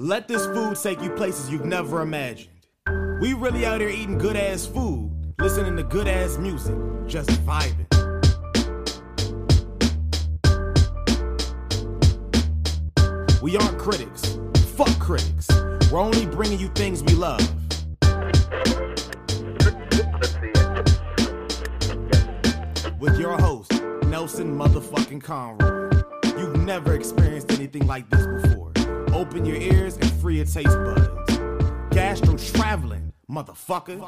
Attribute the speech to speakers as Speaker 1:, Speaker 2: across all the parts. Speaker 1: Let this food take you places you've never imagined. We really out here eating good ass food, listening to good ass music, just vibing. We aren't critics. Fuck critics. We're only bringing you things we love. With your host, Nelson motherfucking Conroy. You've never experienced anything like this before. Open your ears and free your taste buds. Gastro traveling, motherfucker.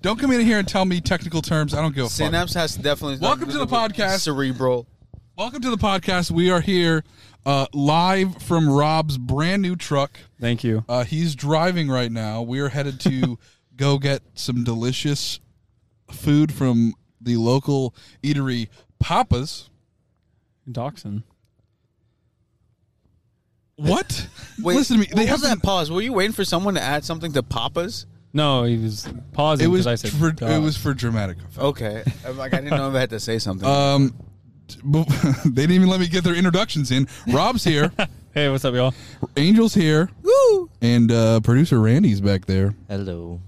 Speaker 2: Don't come in here and tell me technical terms. I don't give a fuck.
Speaker 3: Synapse has definitely.
Speaker 2: Welcome to the podcast.
Speaker 3: Cerebral.
Speaker 2: Welcome to the podcast. We are here uh, live from Rob's brand new truck.
Speaker 4: Thank you.
Speaker 2: Uh, he's driving right now. We are headed to go get some delicious food from the local eatery Papa's.
Speaker 4: Dachshund.
Speaker 2: What?
Speaker 3: Wait,
Speaker 2: Listen to me.
Speaker 3: What
Speaker 2: They have
Speaker 3: was
Speaker 2: that.
Speaker 3: that pause? Were you waiting for someone to add something to Papa's?
Speaker 4: No, he was pausing
Speaker 2: It was
Speaker 4: 'cause I said
Speaker 2: for it
Speaker 4: dog.
Speaker 2: was for dramatic effect.
Speaker 3: Okay. I'm like I didn't know if I had to say something.
Speaker 2: Um, t- b- they didn't even let me get their introductions in. Rob's here,
Speaker 4: Hey, what's up, y'all?
Speaker 2: Angel's here,
Speaker 3: Woo!
Speaker 2: and uh, producer Randy's back there.
Speaker 5: Hello.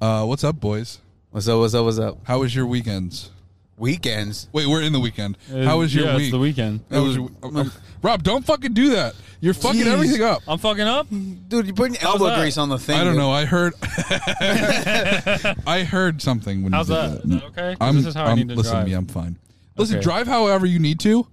Speaker 2: Uh, what's up, boys?
Speaker 3: What's up? What's up? What's up?
Speaker 2: How was your weekends?
Speaker 3: Weekends.
Speaker 2: Wait, we're in the weekend. How was your
Speaker 4: yeah,
Speaker 2: week?
Speaker 4: It's Uh, the weekend.
Speaker 2: How was your- um, um, Rob, don't fucking do that. You're fucking
Speaker 3: Jeez.
Speaker 2: everything up.
Speaker 4: I'm fucking up.
Speaker 3: Dude, you're putting elbow
Speaker 4: that?
Speaker 3: grease on the thing.
Speaker 2: I don't
Speaker 3: dude.
Speaker 2: know. I heard. I heard something when
Speaker 4: How's
Speaker 2: you did
Speaker 4: that?
Speaker 2: that.
Speaker 4: Is that okay? 'Cause
Speaker 2: I'm,
Speaker 4: this is how I
Speaker 2: I'm-
Speaker 4: need to
Speaker 2: listen
Speaker 4: drive.
Speaker 2: to me. I'm fine. Listen,
Speaker 4: Okay.
Speaker 2: drive however you need to.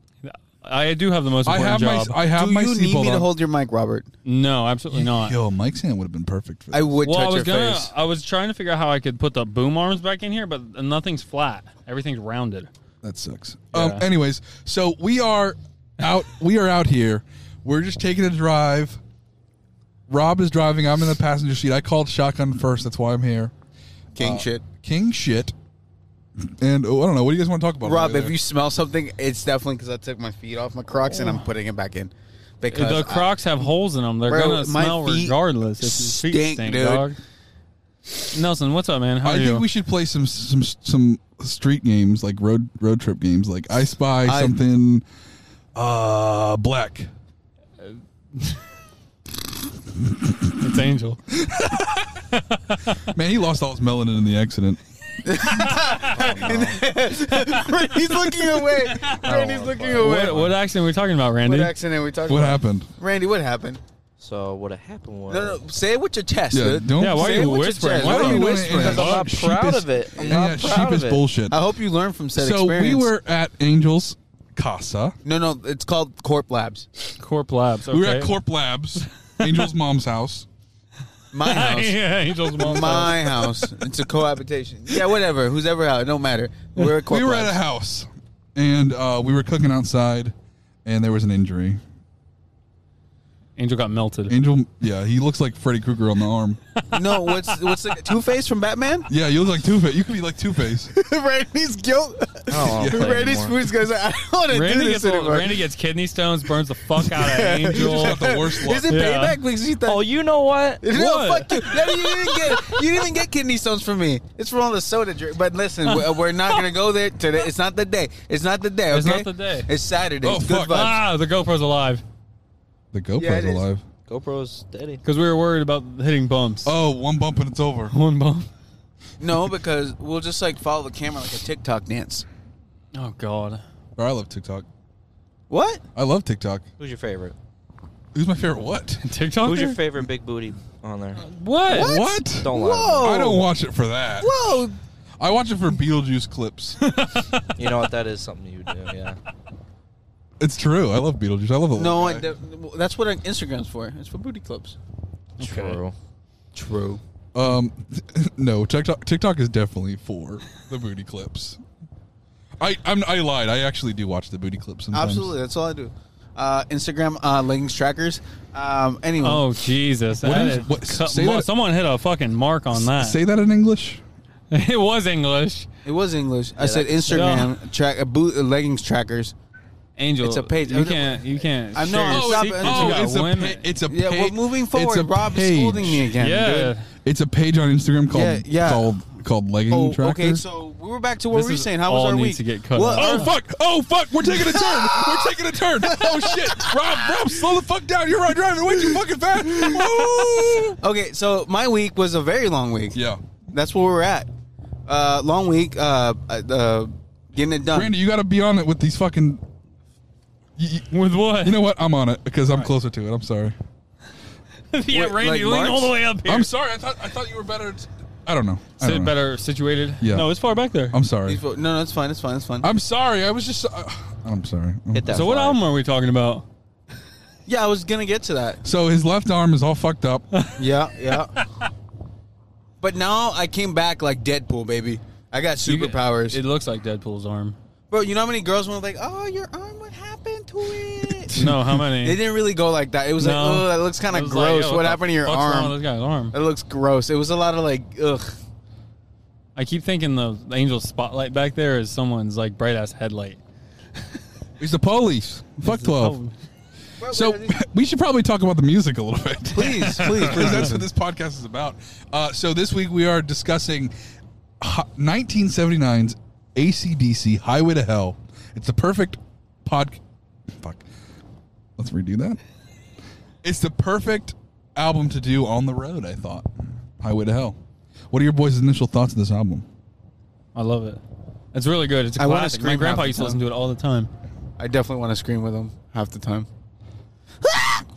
Speaker 4: I do have the most
Speaker 2: I have
Speaker 4: important job.
Speaker 2: my I have
Speaker 3: Do
Speaker 2: my
Speaker 3: you need
Speaker 2: seatbelt
Speaker 3: me to
Speaker 2: on.
Speaker 3: hold your mic, Robert?
Speaker 4: no, absolutely not.
Speaker 2: Yo, Mike's hand would have been perfect for that.
Speaker 3: I would
Speaker 4: well, I
Speaker 3: touch your
Speaker 4: was gonna.
Speaker 3: face.
Speaker 2: uh,
Speaker 4: I was trying to figure out how I could put the boom arms back in here, but nothing's flat. Everything's rounded.
Speaker 2: That sucks. Um,
Speaker 4: Yeah.
Speaker 2: anyways, so we are out. We are out here. We're just taking a drive. Rob is driving. I'm in the passenger seat. I called shotgun first. That's why I'm here.
Speaker 3: King shit.
Speaker 2: King shit. And oh, I don't know. What do you guys want to talk about?
Speaker 3: Rob,
Speaker 2: over
Speaker 3: if
Speaker 2: there?
Speaker 3: you smell something, it's definitely because I took my feet off my Crocs and I'm putting it back in. Because
Speaker 4: The
Speaker 3: I-
Speaker 4: Crocs have holes in them. They're
Speaker 3: Bro,
Speaker 4: gonna
Speaker 3: my
Speaker 4: smell
Speaker 3: feet
Speaker 4: regardless if your feet
Speaker 3: stink,
Speaker 4: stink,
Speaker 3: dude.
Speaker 4: dog. Nelson, what's up, man? How
Speaker 2: I
Speaker 4: are
Speaker 2: think
Speaker 4: you?
Speaker 2: we should play some some some street games like road road trip games like I Spy
Speaker 3: I-
Speaker 2: something. Uh, black.
Speaker 4: it's Angel.
Speaker 2: Man, he lost all his melanin in the accident.
Speaker 3: he's looking away. Randy's looking away.
Speaker 4: What, what accident are we talking about, Randy?
Speaker 3: What accident are we talking
Speaker 2: What
Speaker 3: about?
Speaker 2: happened?
Speaker 3: Randy, what happened?
Speaker 5: So what happened was
Speaker 3: No, no, say it with your chest.
Speaker 2: Yeah,
Speaker 3: dude.
Speaker 2: don't.
Speaker 4: Yeah, why are
Speaker 3: Say
Speaker 4: you
Speaker 3: what you
Speaker 4: whispering?
Speaker 3: said.
Speaker 4: Why
Speaker 2: Why
Speaker 3: Why
Speaker 4: are
Speaker 3: don't
Speaker 4: you
Speaker 2: you doing
Speaker 3: you whispering?
Speaker 2: it in
Speaker 5: I'm not
Speaker 2: that
Speaker 5: proud
Speaker 2: sheepish-
Speaker 5: of it. I'm
Speaker 2: in
Speaker 5: not
Speaker 2: that
Speaker 5: proud
Speaker 2: sheepish
Speaker 5: of it.
Speaker 2: bullshit.
Speaker 3: I hope you learned from said
Speaker 2: so
Speaker 3: experience.
Speaker 2: we were at Angel's Casa.
Speaker 3: No, no, it's called Corp Labs.
Speaker 4: Corp Labs.
Speaker 2: We were at
Speaker 4: okay.
Speaker 2: Corp Labs, Angel's mom's house.
Speaker 3: My house.
Speaker 4: yeah, Angel's mom's house.
Speaker 3: My house. It's a cohabitation. Yeah, whatever. Who's ever out? It don't matter. We're at Corp
Speaker 2: we were
Speaker 3: Labs.
Speaker 2: at a house, and uh, we were cooking outside, and there was an injury.
Speaker 4: Angel got melted.
Speaker 2: Angel, yeah, he looks like Freddy Krueger on the arm.
Speaker 3: No, what's what's the Two Face from Batman?
Speaker 2: Yeah, you look like Two Face. You could be like Two Face.
Speaker 3: Randy's guilt.
Speaker 5: I don't wanna play
Speaker 3: Randy's
Speaker 5: anymore.
Speaker 3: food goes. I don't want to do
Speaker 4: Randy
Speaker 3: this
Speaker 4: gets, a-
Speaker 3: anymore.
Speaker 4: Randy gets kidney stones, burns the fuck out of Angel.
Speaker 2: got the worst luck.
Speaker 3: Is it
Speaker 4: Yeah.
Speaker 3: payback? Because she thought.
Speaker 5: Oh, you know what?
Speaker 3: No,
Speaker 4: What?
Speaker 3: fuck you. No, you didn't get you didn't even get kidney stones from me. It's from all the soda drink. But listen, we're, we're not gonna go there today. It's not the day. It's not the day. Okay?
Speaker 4: It's not the day.
Speaker 3: It's Saturday.
Speaker 2: Oh,
Speaker 3: it's
Speaker 2: fuck.
Speaker 3: good vibes.
Speaker 4: Ah, the GoPro's alive
Speaker 2: The GoPro's
Speaker 3: Yeah, it is.
Speaker 2: alive.
Speaker 5: GoPro's steady.
Speaker 4: because we were worried about hitting bumps.
Speaker 2: Oh, one bump and it's over.
Speaker 4: One bump.
Speaker 3: No, because we'll just like follow the camera like a TikTok dance.
Speaker 4: Oh God.
Speaker 2: Bro, I love TikTok.
Speaker 3: What?
Speaker 2: I love TikTok.
Speaker 5: Who's your favorite?
Speaker 2: Who's my favorite? What?
Speaker 4: TikTok.
Speaker 5: Who's your favorite big booty on there?
Speaker 4: What?
Speaker 2: What?
Speaker 5: Don't lie.
Speaker 3: Whoa!
Speaker 2: I don't watch it for that.
Speaker 3: Whoa!
Speaker 2: I watch it for Beetlejuice clips.
Speaker 5: to me. You know what? That is something you do. Yeah.
Speaker 2: it's true. I love Beetlejuice. I love it.
Speaker 3: No, I, that- that's what Instagram's for. It's for booty clubs.
Speaker 5: True.
Speaker 3: True.
Speaker 2: Um, no, TikTok TikTok is definitely for the booty clips. I I'm, I lied. I actually do watch the booty clips. Sometimes.
Speaker 3: Absolutely. That's all I do. Uh, Instagram uh, leggings trackers. Um, anyway.
Speaker 4: Oh Jesus!
Speaker 2: What
Speaker 4: That
Speaker 2: is-
Speaker 4: is-
Speaker 2: what-
Speaker 4: cu-
Speaker 2: say
Speaker 4: mo-
Speaker 2: that-
Speaker 4: someone hit a fucking mark on that.
Speaker 2: Say that in English.
Speaker 4: it was English.
Speaker 3: It was English. I said
Speaker 5: that's-
Speaker 3: Instagram track uh, boot uh, leggings trackers.
Speaker 4: Angel,
Speaker 3: It's a page.
Speaker 4: You can't. You can't.
Speaker 3: I know,
Speaker 4: share your
Speaker 3: oh, it's-
Speaker 4: secrets.
Speaker 3: oh,
Speaker 4: You got
Speaker 2: it's a
Speaker 4: women.
Speaker 2: pa- it's a
Speaker 3: Yeah,
Speaker 2: pa-
Speaker 3: we're moving
Speaker 2: It's
Speaker 3: forward.
Speaker 2: a
Speaker 3: Rob is
Speaker 2: page.
Speaker 3: scolding me again.
Speaker 4: yeah.
Speaker 3: dude.
Speaker 2: It's a page on Instagram called
Speaker 3: Yeah, yeah.
Speaker 2: called called legging
Speaker 3: Oh,
Speaker 2: tractor.
Speaker 3: okay. So we were back to what
Speaker 4: This
Speaker 3: we were
Speaker 4: is
Speaker 3: saying. How
Speaker 4: all
Speaker 3: was our
Speaker 4: needs
Speaker 3: week?
Speaker 4: to get cut
Speaker 3: What-
Speaker 4: out.
Speaker 2: Oh fuck! Oh fuck! We're taking a turn. We're taking a turn. Oh shit! Rob, Rob, slow the fuck down. You're right, driving way too fucking fast. Woo!
Speaker 3: oh, Okay, so my week was a very long week.
Speaker 2: Yeah,
Speaker 3: That's where we're at. Uh, long week. Uh, uh, uh, getting it done.
Speaker 2: Randy, you got to be on it with these fucking. You, you-
Speaker 4: With what?
Speaker 2: you know what? I'm on it because I'm closer to it. I'm sorry.
Speaker 4: yeah,
Speaker 3: Wait,
Speaker 4: Randy,
Speaker 3: like
Speaker 4: lean
Speaker 3: March?
Speaker 4: all the way up here.
Speaker 2: I'm sorry. I thought I thought you were better. T- I don't know. I
Speaker 4: Is
Speaker 2: don't
Speaker 4: it
Speaker 2: know.
Speaker 4: better situated?
Speaker 2: Yeah.
Speaker 4: No, it's far back there.
Speaker 2: I'm sorry.
Speaker 3: No, no, it's fine. It's fine. It's fine.
Speaker 2: I'm sorry. I was just. Uh, I'm sorry.
Speaker 5: Hit that.
Speaker 4: so what
Speaker 5: flag.
Speaker 4: album are we talking about?
Speaker 3: yeah, I was gonna get to that.
Speaker 2: So his left arm is all fucked up.
Speaker 3: Yeah, yeah. but now I came back like Deadpool, baby. I got superpowers,
Speaker 4: It looks like Deadpool's arm.
Speaker 3: bro. You know how many girls were like, "Oh, your arm, what happened to it?"
Speaker 4: No, how
Speaker 3: They
Speaker 4: many?
Speaker 3: didn't really go like that. It was
Speaker 4: No.
Speaker 3: like, "Oh, that looks kind
Speaker 4: It
Speaker 3: of
Speaker 4: was like,
Speaker 3: gross.
Speaker 4: yo,
Speaker 3: what
Speaker 4: the
Speaker 3: happened to your
Speaker 4: fuck's wrong with
Speaker 3: arm?"
Speaker 4: This guy's arm.
Speaker 3: That looks gross. It was a lot of like, ugh.
Speaker 4: I keep thinking the angel spotlight back there is someone's like bright ass headlight.
Speaker 2: He's the police. Fuck twelve.
Speaker 4: Oh,
Speaker 2: So we should probably talk about the music a little bit.
Speaker 3: please, please,
Speaker 2: Because
Speaker 3: please.
Speaker 2: that's what this podcast is about. Uh, so this week we are discussing hi- 1979's ACDC Highway to Hell. It's the perfect pod. Fuck. Let's redo that. It's the perfect album to do on the road, I thought. Highway to Hell. What are your boys' initial thoughts of this album?
Speaker 4: I love it. It's really good. It's a
Speaker 3: I wanna
Speaker 4: classic. My
Speaker 3: scream half
Speaker 4: grandpa
Speaker 3: the
Speaker 4: used to
Speaker 3: time.
Speaker 4: listen to it all the time.
Speaker 3: I definitely want to scream with them half the time.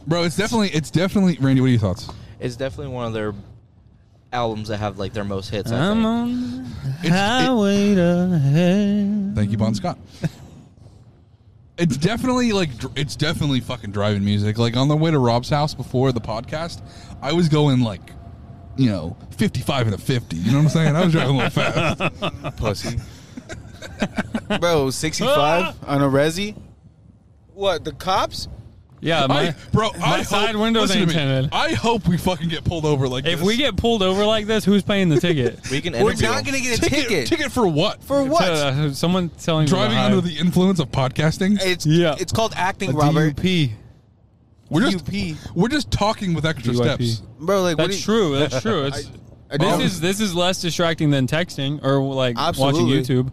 Speaker 2: Bro, it's definitely, it's definitely, Randy, what are your thoughts?
Speaker 5: It's definitely one of their albums that have like their most hits. I
Speaker 4: I'm
Speaker 5: think.
Speaker 4: on the
Speaker 2: It's- it-
Speaker 4: highway to hell.
Speaker 2: Thank you, Bon Scott. It's definitely like dr- it's definitely fucking driving music. Like on the way to Rob's house before the podcast, I was going like, you know, fifty-five and a fifty. You know what I'm saying? I was driving a little fast.
Speaker 3: Pussy. Bro, 65
Speaker 4: Ah!
Speaker 3: on a resi? What, the cops?
Speaker 4: Yeah, my,
Speaker 2: I, bro,
Speaker 4: my
Speaker 2: I
Speaker 4: side
Speaker 2: hope,
Speaker 4: windows
Speaker 2: listen
Speaker 4: ain't
Speaker 2: to me.
Speaker 4: tinted.
Speaker 2: I hope we fucking get pulled over like
Speaker 4: If
Speaker 2: this.
Speaker 4: we get pulled over like this, who's paying the ticket?
Speaker 5: We can.
Speaker 3: We're
Speaker 5: interview
Speaker 3: not
Speaker 5: him.
Speaker 3: going to get a
Speaker 2: ticket,
Speaker 3: ticket.
Speaker 2: ticket, for what?
Speaker 3: For what?
Speaker 4: Uh, someone telling
Speaker 2: driving
Speaker 4: me to
Speaker 2: under
Speaker 4: hide.
Speaker 2: the influence of podcasting.
Speaker 3: it's
Speaker 4: Yeah.
Speaker 3: it's called acting,
Speaker 4: A
Speaker 3: Robert.
Speaker 4: DUP.
Speaker 2: we're just
Speaker 3: DUP.
Speaker 2: we're just talking with extra
Speaker 4: DUP.
Speaker 2: steps.
Speaker 3: Bro, like, what
Speaker 4: That's
Speaker 3: do you-
Speaker 4: true. That's true. It's,
Speaker 3: I
Speaker 4: this
Speaker 3: don't-
Speaker 4: is this is less distracting than texting or like
Speaker 3: Absolutely.
Speaker 4: watching YouTube.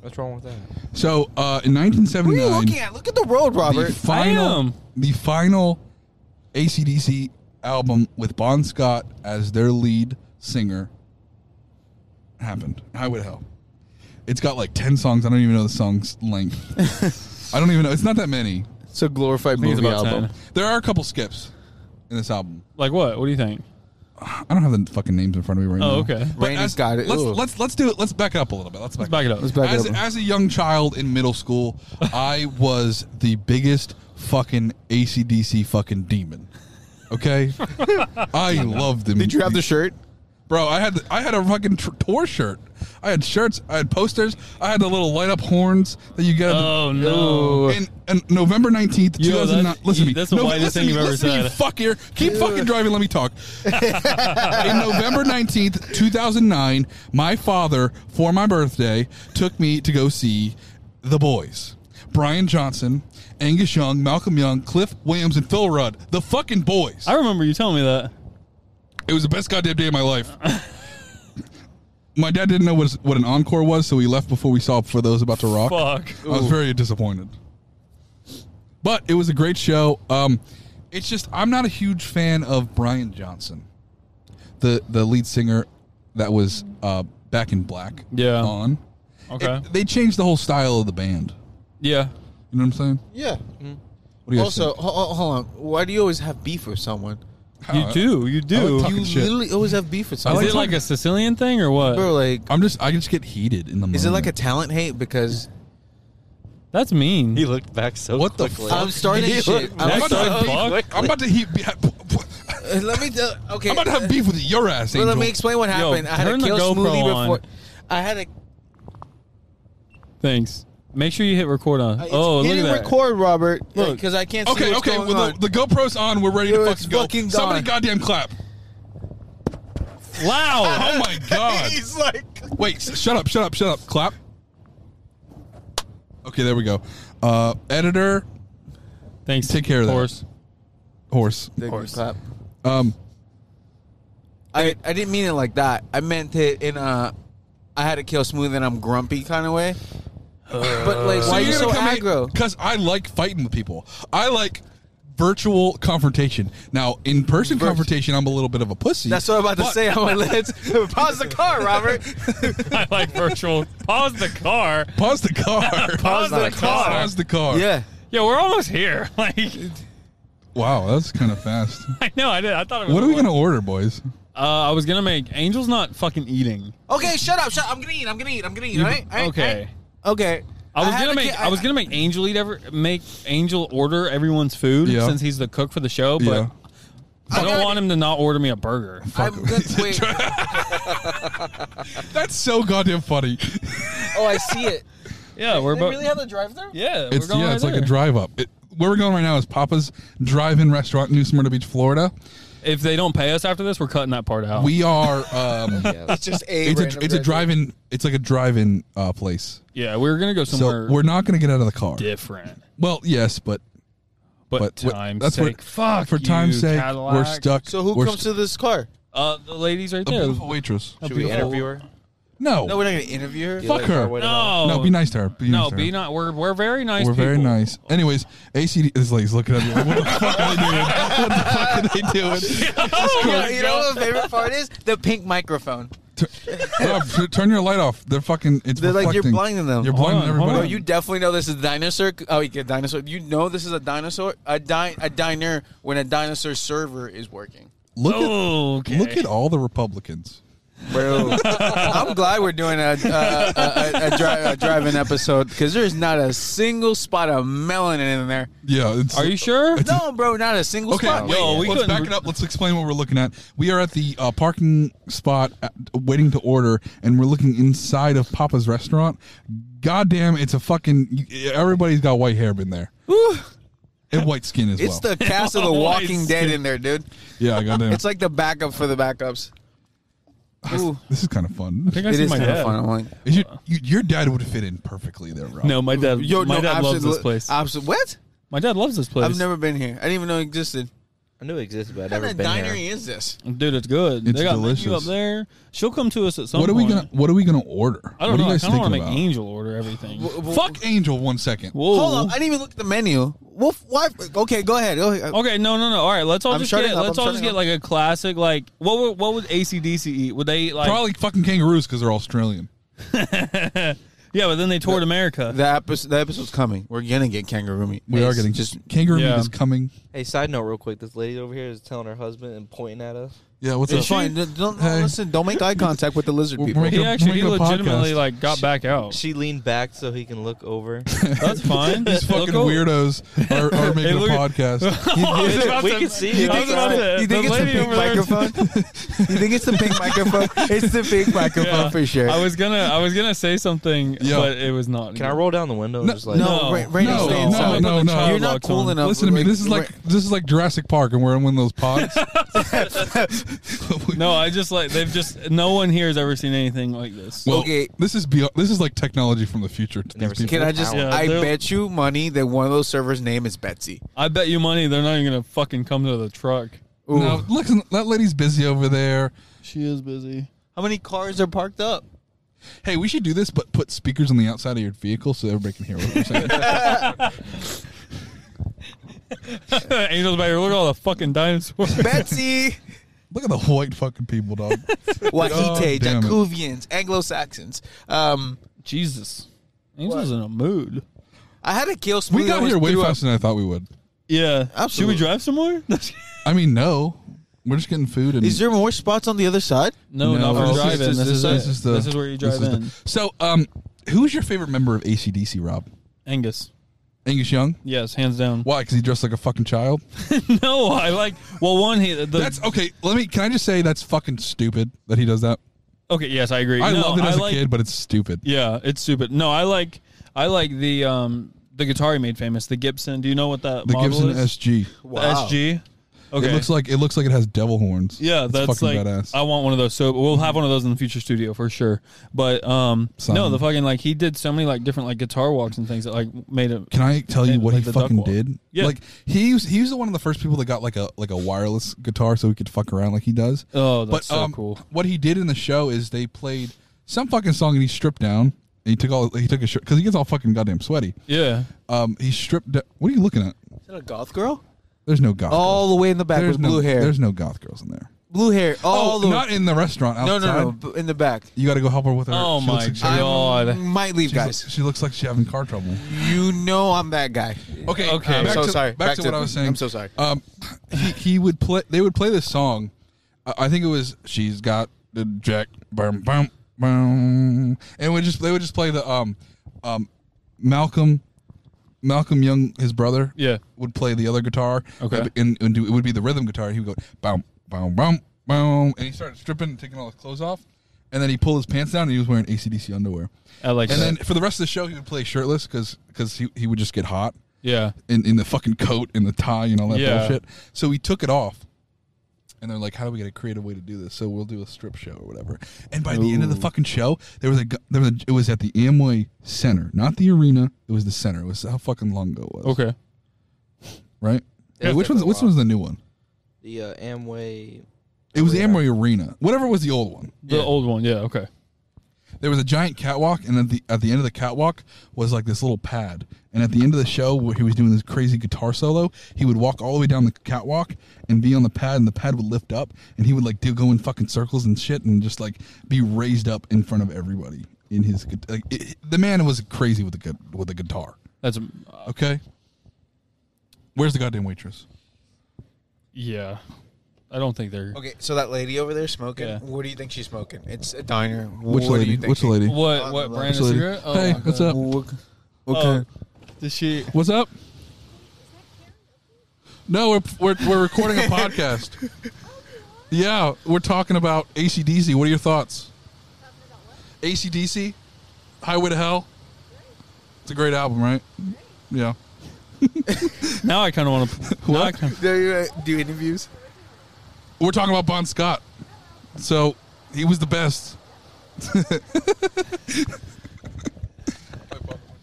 Speaker 5: What's wrong with that?
Speaker 2: So uh, in
Speaker 3: What are you
Speaker 2: 1979,
Speaker 3: looking at? Look at the road, Robert.
Speaker 2: the final
Speaker 4: am.
Speaker 2: the final ACDC album with Bon Scott as their lead singer happened. Highway to Hell. It's got like ten songs. I don't even know the song's length. I don't even know. It's not that many.
Speaker 3: It's a glorified
Speaker 4: think it's about 10.
Speaker 2: There are a couple skips in this album.
Speaker 4: Like what? What do you think?
Speaker 2: I don't have the fucking names in front of me right now.
Speaker 4: Oh, okay.
Speaker 2: But
Speaker 3: Randy's
Speaker 2: as-
Speaker 3: got it.
Speaker 2: Let's,
Speaker 3: Ooh.
Speaker 2: let's let's do it. Let's back it up a little bit. Let's back,
Speaker 4: Let's back it up. Let's
Speaker 3: back it
Speaker 2: as,
Speaker 3: up.
Speaker 2: as a young child in middle school, I was the biggest fucking ACDC fucking demon. Okay, I loved them.
Speaker 3: Did you have the shirt?
Speaker 2: bro? I had the, I had a fucking tr- tour shirt. I had shirts. I had posters. I had the little light up horns that you get. at the-
Speaker 4: Oh no!
Speaker 2: and, and November 19th,
Speaker 4: Yo,
Speaker 2: 2009.
Speaker 4: that's-
Speaker 2: Listen to me.
Speaker 4: that's the
Speaker 2: Nov-
Speaker 4: whitest
Speaker 2: listen
Speaker 4: thing
Speaker 2: to me,
Speaker 4: you've ever
Speaker 2: listen to me,
Speaker 4: said.
Speaker 2: fuck here. Keep fucking driving. Let me talk. In November 19th, 2009, my father, for my birthday, took me to go see The Boys. Brian Johnson, Angus Young, Malcolm Young, Cliff Williams, and Phil Rudd. The fucking boys.
Speaker 4: I remember you telling me that.
Speaker 2: It was the best goddamn day of my life. my dad didn't know what, what an encore was, so he left before we saw For Those About to Rock.
Speaker 4: Fuck.
Speaker 2: I was very disappointed. But it was a great show. Um, it's just I'm not a huge fan of Brian Johnson, the the lead singer that was uh, back in black.
Speaker 4: Yeah.
Speaker 2: On.
Speaker 4: Okay.
Speaker 2: It- they changed the whole style of the band.
Speaker 4: yeah.
Speaker 2: You know what I'm saying?
Speaker 3: Yeah.
Speaker 4: Mm-hmm.
Speaker 2: What do you guys
Speaker 3: Also, ho- ho- hold on. Why do you always have beef with someone?
Speaker 2: think?
Speaker 4: You do. You do.
Speaker 2: talking
Speaker 4: You-
Speaker 3: You
Speaker 2: Shit.
Speaker 3: literally always have beef with someone.
Speaker 4: is it like a Sicilian thing or what?
Speaker 3: Bro, like,
Speaker 2: I'm just I just get heated in the moment.
Speaker 3: is it like a talent hate? Because
Speaker 4: That's mean.
Speaker 5: He looked back so
Speaker 2: What the
Speaker 5: quickly.
Speaker 2: fuck?
Speaker 3: I'm starting
Speaker 5: He
Speaker 3: shit.
Speaker 5: looked
Speaker 2: I'm
Speaker 3: I'm
Speaker 4: Next
Speaker 2: about, to
Speaker 4: up,
Speaker 2: have
Speaker 4: fuck.
Speaker 2: beef. I'm about to heat.
Speaker 3: Let me tell. Okay.
Speaker 2: I'm about to have beef with your ass,
Speaker 3: Well,
Speaker 2: Angel.
Speaker 3: let me explain what
Speaker 4: Yo,
Speaker 3: happened. I had a
Speaker 4: turn the
Speaker 3: kill
Speaker 4: GoPro
Speaker 3: smoothie
Speaker 4: on.
Speaker 3: before. I had a.
Speaker 4: Thanks. Make sure you hit record on.
Speaker 3: It's
Speaker 4: oh, look
Speaker 3: hitting
Speaker 4: at that.
Speaker 3: record, Robert.
Speaker 4: Look.
Speaker 3: because I can't see
Speaker 2: Okay,
Speaker 3: what's
Speaker 2: okay.
Speaker 3: going
Speaker 2: Well,
Speaker 3: on.
Speaker 2: the, the GoPro's on. We're ready to
Speaker 3: Yo, it's
Speaker 2: fucking go.
Speaker 3: fucking
Speaker 2: Somebody,
Speaker 3: gone.
Speaker 2: goddamn clap!
Speaker 4: Loud.
Speaker 2: Oh my god!
Speaker 3: He's like,
Speaker 2: Wait, s- shut up, shut up, shut up. Clap. Okay, there we go. Uh, editor,
Speaker 4: Thanks.
Speaker 2: Take care of that.
Speaker 4: Horse.
Speaker 2: horse.
Speaker 3: clap.
Speaker 2: Um,
Speaker 3: I, I didn't mean it like that. I meant it in a I had to kill smooth and I'm grumpy kind of way. but
Speaker 4: Uh,
Speaker 3: like, why are you so aggro?
Speaker 2: Because I like fighting with people. I like virtual confrontation. Now, in person confrontation, I'm a little bit of a pussy.
Speaker 3: That's what I'm about to
Speaker 2: but-
Speaker 3: say. I'm like, let's pause the car, Robert.
Speaker 4: I like virtual. Pause the car.
Speaker 2: Pause the car.
Speaker 4: Pause the car.
Speaker 2: Pause the car.
Speaker 3: yeah.
Speaker 4: Yeah, we're almost here. Like,
Speaker 2: Wow, that's kind of fast.
Speaker 4: I know I did. I thought it was.
Speaker 2: what are we gonna order, boys?
Speaker 4: Uh, I was gonna make Angel's not fucking eating.
Speaker 3: Okay, shut up. Shut up. I'm gonna eat. I'm gonna eat. I'm gonna eat. all right? All right, all
Speaker 4: okay.
Speaker 3: right. Okay.
Speaker 4: I was
Speaker 3: had
Speaker 4: gonna
Speaker 3: to
Speaker 4: make
Speaker 3: ki-
Speaker 4: I, was gonna make Angel eat ever make Angel order everyone's food
Speaker 2: Yeah.
Speaker 4: since he's the cook for the show, but
Speaker 2: Yeah.
Speaker 4: I
Speaker 3: I
Speaker 4: don't
Speaker 3: got
Speaker 4: want
Speaker 3: it.
Speaker 4: him to not order me a burger.
Speaker 3: I'm gonna wait.
Speaker 2: That's so goddamn funny.
Speaker 3: Oh, I see it.
Speaker 4: Yeah, we're both.
Speaker 3: have a drive-through?
Speaker 4: yeah, we're
Speaker 2: It's
Speaker 4: going
Speaker 2: yeah,
Speaker 4: right
Speaker 2: it's like
Speaker 4: there.
Speaker 2: a drive up. It, where we're going right now is Papa's Drive-In Restaurant, in New Smyrna Beach, Florida.
Speaker 4: If they don't pay us after this, we're cutting that part out.
Speaker 2: We are. Um,
Speaker 3: It's just a.
Speaker 2: It's
Speaker 3: random
Speaker 2: a it's a
Speaker 3: drive-through.
Speaker 2: drive-in. It's like a drive-in uh, place.
Speaker 4: yeah, we're gonna go somewhere
Speaker 2: so we're not gonna get out of the car.
Speaker 4: different.
Speaker 2: Well, yes, but
Speaker 4: But,
Speaker 2: but what-
Speaker 4: time's
Speaker 2: that's
Speaker 4: sake,
Speaker 2: what
Speaker 4: fuck
Speaker 2: for
Speaker 4: you,
Speaker 2: time's sake.
Speaker 4: Cadillac.
Speaker 2: We're stuck. Oh,
Speaker 3: So who
Speaker 2: we're
Speaker 3: comes to this car?
Speaker 4: Uh, the ladies right
Speaker 2: the
Speaker 4: there.
Speaker 2: beautiful waitress?
Speaker 5: Should we
Speaker 4: Beautiful.
Speaker 5: interview her?
Speaker 2: No,
Speaker 3: No, we're not gonna interview her.
Speaker 2: fuck her.
Speaker 4: No,
Speaker 2: No, be nice to her. Be nice
Speaker 4: No,
Speaker 2: to
Speaker 4: be
Speaker 2: her.
Speaker 4: not. We're we're very nice.
Speaker 2: We're very
Speaker 4: people.
Speaker 2: nice. Anyways, ACD is like he's looking at me. Like, what the fuck are they doing? What the fuck are they doing?
Speaker 4: Oh
Speaker 3: You
Speaker 4: my
Speaker 3: know, you know what the favorite part is? The pink microphone.
Speaker 2: Rob, t- turn your light off. They're fucking. It's
Speaker 3: They're like, you're
Speaker 2: reflecting.
Speaker 3: blinding them.
Speaker 2: You're
Speaker 4: Hold
Speaker 2: blinding
Speaker 4: on, hold
Speaker 2: everybody.
Speaker 3: Bro,
Speaker 4: on.
Speaker 3: Oh, you definitely know this is a dinosaur. Oh, you get dinosaur. You know this is a dinosaur, a di- a diner when a dinosaur server is working.
Speaker 2: look
Speaker 4: Okay.
Speaker 2: at look at all the Republicans.
Speaker 3: Bro, I'm glad we're doing a a, a, a, a, dri- a driving episode because there's not a single spot of melanin in there.
Speaker 2: Yeah. It's,
Speaker 4: Are you sure?
Speaker 3: No, bro, not a single
Speaker 2: Okay,
Speaker 3: spot.
Speaker 2: wait,
Speaker 4: Yo, we
Speaker 2: let's
Speaker 4: couldn't-
Speaker 2: back it up. Let's explain what we're looking at. We are at the uh, parking spot, at, waiting to order, and we're looking inside of Papa's restaurant. Goddamn, it's a fucking. Everybody's got white hair in there, and white skin as
Speaker 3: It's
Speaker 2: well.
Speaker 3: the cast of The
Speaker 4: Why
Speaker 3: Walking
Speaker 4: is
Speaker 3: Dead
Speaker 4: it-
Speaker 3: in there, dude.
Speaker 2: yeah, goddamn.
Speaker 3: It's like the backup for the backups. Ooh,
Speaker 2: this is kind of fun.
Speaker 4: I think I
Speaker 3: it
Speaker 4: see
Speaker 3: is
Speaker 4: my
Speaker 3: kind of
Speaker 4: dad.
Speaker 3: fun. I'm like,
Speaker 2: Is your, you, your dad would fit in perfectly there, Rob.
Speaker 4: No, my dad.
Speaker 3: yo,
Speaker 4: my
Speaker 3: no,
Speaker 4: dad loves
Speaker 3: absolute-
Speaker 4: this place.
Speaker 3: absolute- what?
Speaker 4: my dad loves this place.
Speaker 3: I've never been here. I didn't even know it existed.
Speaker 5: I knew it existed, but I've
Speaker 3: What
Speaker 5: never
Speaker 3: kind of
Speaker 5: been
Speaker 3: diner
Speaker 5: here.
Speaker 3: is this?
Speaker 4: Dude, it's good.
Speaker 2: It's
Speaker 4: they got
Speaker 2: delicious.
Speaker 4: menu up there. She'll come to us at some
Speaker 2: What are we
Speaker 4: point.
Speaker 2: gonna What are we gonna order?
Speaker 4: I don't
Speaker 2: what
Speaker 4: know.
Speaker 2: Are you
Speaker 4: I
Speaker 2: guys
Speaker 4: kind of want to
Speaker 2: thinking
Speaker 4: make
Speaker 2: about?
Speaker 4: Angel order everything.
Speaker 3: w-
Speaker 2: Fuck Angel. One second.
Speaker 4: Whoa.
Speaker 3: Hold on, I didn't even look at the menu. Well, f- why? Okay, go ahead. Go ahead.
Speaker 4: Okay, no, no, no. All right, let's all
Speaker 3: I'm
Speaker 4: just
Speaker 3: shutting
Speaker 4: get
Speaker 3: up,
Speaker 4: let's
Speaker 3: I'm
Speaker 4: all just
Speaker 3: shutting
Speaker 4: get
Speaker 3: up.
Speaker 4: like a classic. Like what would what would ACDC eat? Would they eat like
Speaker 2: Probably fucking kangaroos because they're Australian.
Speaker 4: yeah? But then they toured America.
Speaker 3: The, episode, the episode's coming. We're gonna get kangaroo meat.
Speaker 2: We are getting
Speaker 3: just.
Speaker 2: kangaroo
Speaker 4: Yeah.
Speaker 2: meat is coming.
Speaker 5: Hey, side note, real quick. This lady over here is telling her husband and pointing at us.
Speaker 2: Yeah, what's
Speaker 3: It's
Speaker 2: up?
Speaker 3: fine. Don't, don't-
Speaker 2: Hey.
Speaker 3: listen. Don't make eye contact with the lizard
Speaker 2: We're
Speaker 3: people.
Speaker 2: making-
Speaker 4: he actually he
Speaker 2: make a podcast.
Speaker 4: legitimately like got back out.
Speaker 5: She leaned back so he can look over.
Speaker 4: That's fine.
Speaker 2: These fucking
Speaker 4: Look over-
Speaker 2: weirdos are, are making
Speaker 4: look
Speaker 2: a
Speaker 4: at-
Speaker 2: podcast.
Speaker 4: I was about
Speaker 5: we
Speaker 4: to-
Speaker 5: can
Speaker 4: I
Speaker 5: see you.
Speaker 4: was
Speaker 5: You think
Speaker 4: about
Speaker 5: it's
Speaker 4: to-
Speaker 3: you think it's the
Speaker 4: lady
Speaker 3: pink
Speaker 4: over there-
Speaker 3: microphone? you think it's the pink microphone? It's the pink microphone
Speaker 4: Yeah.
Speaker 3: for sure.
Speaker 4: I was gonna I was gonna say something,
Speaker 2: Yeah.
Speaker 4: but it was not.
Speaker 5: Can I roll down the window? and
Speaker 2: No,
Speaker 5: just like
Speaker 3: no,
Speaker 4: No.
Speaker 3: Ra- Rainey's
Speaker 2: No,
Speaker 3: staying
Speaker 2: no,
Speaker 3: inside.
Speaker 2: no, no.
Speaker 3: You're not cool
Speaker 4: enough.
Speaker 3: enough.
Speaker 2: Listen to me. This is like
Speaker 3: Ra-
Speaker 2: this is like Jurassic Park, and we're in one of those pods.
Speaker 4: No, I just like they've just no one here has ever seen anything like this.
Speaker 2: Well,
Speaker 3: Okay.
Speaker 2: this is beyond, this is like technology from the future. To
Speaker 5: Never
Speaker 2: these
Speaker 5: seen
Speaker 2: people.
Speaker 3: Can I just?
Speaker 5: Yeah,
Speaker 3: I
Speaker 4: they're-
Speaker 3: bet you money that one of those servers' name is Betsy.
Speaker 4: I bet you money they're not even gonna fucking come to the truck.
Speaker 3: Ooh.
Speaker 2: No, listen, that lady's busy over there.
Speaker 4: She is busy.
Speaker 3: How many cars are parked up?
Speaker 2: Hey, we should do this, but put speakers on the outside of your vehicle so everybody can hear what we're saying.
Speaker 4: Angel's back here. Look at all the fucking dinosaurs.
Speaker 3: Betsy.
Speaker 2: Look at the white fucking people, dog.
Speaker 3: Wahite,
Speaker 2: damn it.
Speaker 3: Jakuvians, Anglo Saxons. Um,
Speaker 4: Jesus. Angel's in a mood.
Speaker 3: I had to kill. Smooth
Speaker 2: We got
Speaker 3: almost
Speaker 2: here way
Speaker 3: threw up.
Speaker 2: faster than I thought we would.
Speaker 4: Yeah.
Speaker 3: Absolutely.
Speaker 4: Should we drive somewhere? no,
Speaker 2: I mean, no, we're just getting food and.
Speaker 3: Is there more spots on the other side?
Speaker 4: not
Speaker 2: this
Speaker 4: for
Speaker 2: is-
Speaker 4: driving. This, is, it.
Speaker 2: this is the-
Speaker 4: this is where you drive
Speaker 2: this is the-
Speaker 4: in.
Speaker 2: so, um, who's your favorite member of ACDC, Rob?
Speaker 4: Angus.
Speaker 2: Angus Young.
Speaker 4: Yes, hands down.
Speaker 2: Why? Because he dressed like a fucking child.
Speaker 4: no, I like. Well, one. He, the,
Speaker 2: That's okay. Let me. Can I just say that's fucking stupid that he does that.
Speaker 4: okay. Yes, I agree.
Speaker 2: I
Speaker 4: no,
Speaker 2: loved it as
Speaker 4: I
Speaker 2: a
Speaker 4: like,
Speaker 2: kid, but it's stupid.
Speaker 4: Yeah, it's stupid. No, I like. I like the um the guitar he made famous, the Gibson. Do you know what that
Speaker 2: the
Speaker 4: model
Speaker 2: Gibson
Speaker 4: is?
Speaker 2: SG.
Speaker 4: The SG.
Speaker 2: It
Speaker 4: Okay.
Speaker 2: looks like it looks like it has devil horns.
Speaker 4: Yeah,
Speaker 2: It's
Speaker 4: that's
Speaker 2: fucking
Speaker 4: like
Speaker 2: badass.
Speaker 4: I want one of those. So we'll have one of those in the future studio for sure. But um, no,
Speaker 2: Simon.
Speaker 4: the fucking like he did so many like different like guitar walks and things that like made it.
Speaker 2: Can I tell you
Speaker 4: And,
Speaker 2: what
Speaker 4: like,
Speaker 2: he
Speaker 4: the duck
Speaker 2: fucking
Speaker 4: walk.
Speaker 2: did?
Speaker 4: Yeah.
Speaker 2: Like he was he was one of the first people that got like a like a wireless guitar so he could fuck around like he does.
Speaker 4: Oh, that's
Speaker 2: but
Speaker 4: so
Speaker 2: um,
Speaker 4: cool.
Speaker 2: what he did in the show is they played some fucking song and he stripped down. And he took all he took a shirt because he gets all fucking goddamn sweaty.
Speaker 4: Yeah,
Speaker 2: Um, he stripped. da- What are you looking at?
Speaker 3: Is that a goth girl?
Speaker 2: There's no goth.
Speaker 3: All the way in the back
Speaker 2: girls. there's
Speaker 3: with
Speaker 2: no,
Speaker 3: blue hair.
Speaker 2: There's no goth girls in there.
Speaker 3: blue hair. All
Speaker 2: oh,
Speaker 3: the
Speaker 2: not in the restaurant.
Speaker 3: no,
Speaker 2: Outside.
Speaker 3: no, no, b- in the back.
Speaker 2: You got to go help her with her.
Speaker 4: Oh
Speaker 2: she looks
Speaker 4: my
Speaker 2: like she-
Speaker 4: God.
Speaker 3: I
Speaker 4: God.
Speaker 3: might leave,
Speaker 2: she
Speaker 3: guys.
Speaker 2: looks- she looks like she's having car trouble.
Speaker 3: You know I'm that guy.
Speaker 2: Okay.
Speaker 4: Okay.
Speaker 2: uh,
Speaker 4: I'm
Speaker 2: back
Speaker 3: so
Speaker 2: to-
Speaker 3: sorry.
Speaker 2: Back, to, what I was saying.
Speaker 3: I'm so sorry.
Speaker 2: Um, he, he would play. They would play this song. I I think it was "She's Got the Jack." Bum, bum, bum. And would just they would just play the um, um, Malcolm, Malcolm Young, his brother.
Speaker 4: Yeah.
Speaker 2: Would play the other guitar.
Speaker 4: Okay.
Speaker 2: And, and do, it would be the rhythm guitar. He would go bum bum bum bum, and he started stripping and taking all his clothes off. And then he pulled his pants down, and he was wearing ACDC underwear.
Speaker 4: I like
Speaker 2: And
Speaker 4: that.
Speaker 2: then for the rest of the show, he would play shirtless because he, he would just get hot
Speaker 4: yeah.
Speaker 2: in, in the fucking coat and the tie and all that
Speaker 4: Yeah.
Speaker 2: bullshit. So we took it off. And they're like, how do we get a creative way to do this? So we'll do a strip show or whatever. And by the end of the fucking show, there was a, gu- there was a, it was at the Amway Center, not the arena. It was the center. It was how fucking long ago it was.
Speaker 4: Okay.
Speaker 2: Right?
Speaker 5: Yeah,
Speaker 2: which
Speaker 5: been
Speaker 2: one's,
Speaker 5: a
Speaker 2: which
Speaker 5: while.
Speaker 2: one's the new one?
Speaker 5: The uh, Amway.
Speaker 2: It was the
Speaker 5: Arena.
Speaker 2: Amway Arena. Whatever was the old one.
Speaker 4: The old one. Yeah. Okay.
Speaker 2: there was a giant catwalk, and at the at the end of the catwalk was like this little pad. And at the end of the show, where he was doing this crazy guitar solo, he would walk all the way down the catwalk and be on the pad, and the pad would lift up, and he would like do go in fucking circles and shit, and just like be raised up in front of everybody in his gu- like it, the man was crazy with the gu- with the guitar.
Speaker 4: That's uh,
Speaker 2: Okay, where's the goddamn waitress?
Speaker 4: yeah. I don't think they're
Speaker 3: Okay, so that lady over there smoking.
Speaker 4: Yeah.
Speaker 3: What do you think she's smoking? It's a diner.
Speaker 2: Which
Speaker 3: what Do
Speaker 2: lady?
Speaker 3: you
Speaker 2: Which
Speaker 3: thinking?
Speaker 2: lady?
Speaker 4: what what
Speaker 3: Uh,
Speaker 4: brand
Speaker 2: Which
Speaker 4: of
Speaker 2: lady?
Speaker 4: cigarette? Oh,
Speaker 2: hey,
Speaker 4: my
Speaker 2: what's
Speaker 4: God.
Speaker 2: up?
Speaker 4: Oh, Does she?
Speaker 2: What's up? No, we're, we're, we're recording a podcast. Yeah, we're talking about ACDC. What are your thoughts? ACDC, Highway to Hell. It's a great album, right? Yeah.
Speaker 4: Now I kind of want to. Now I kinda,
Speaker 3: Do, you, uh, do interviews?
Speaker 2: We're talking about Bon Scott. So he was the best.
Speaker 4: okay.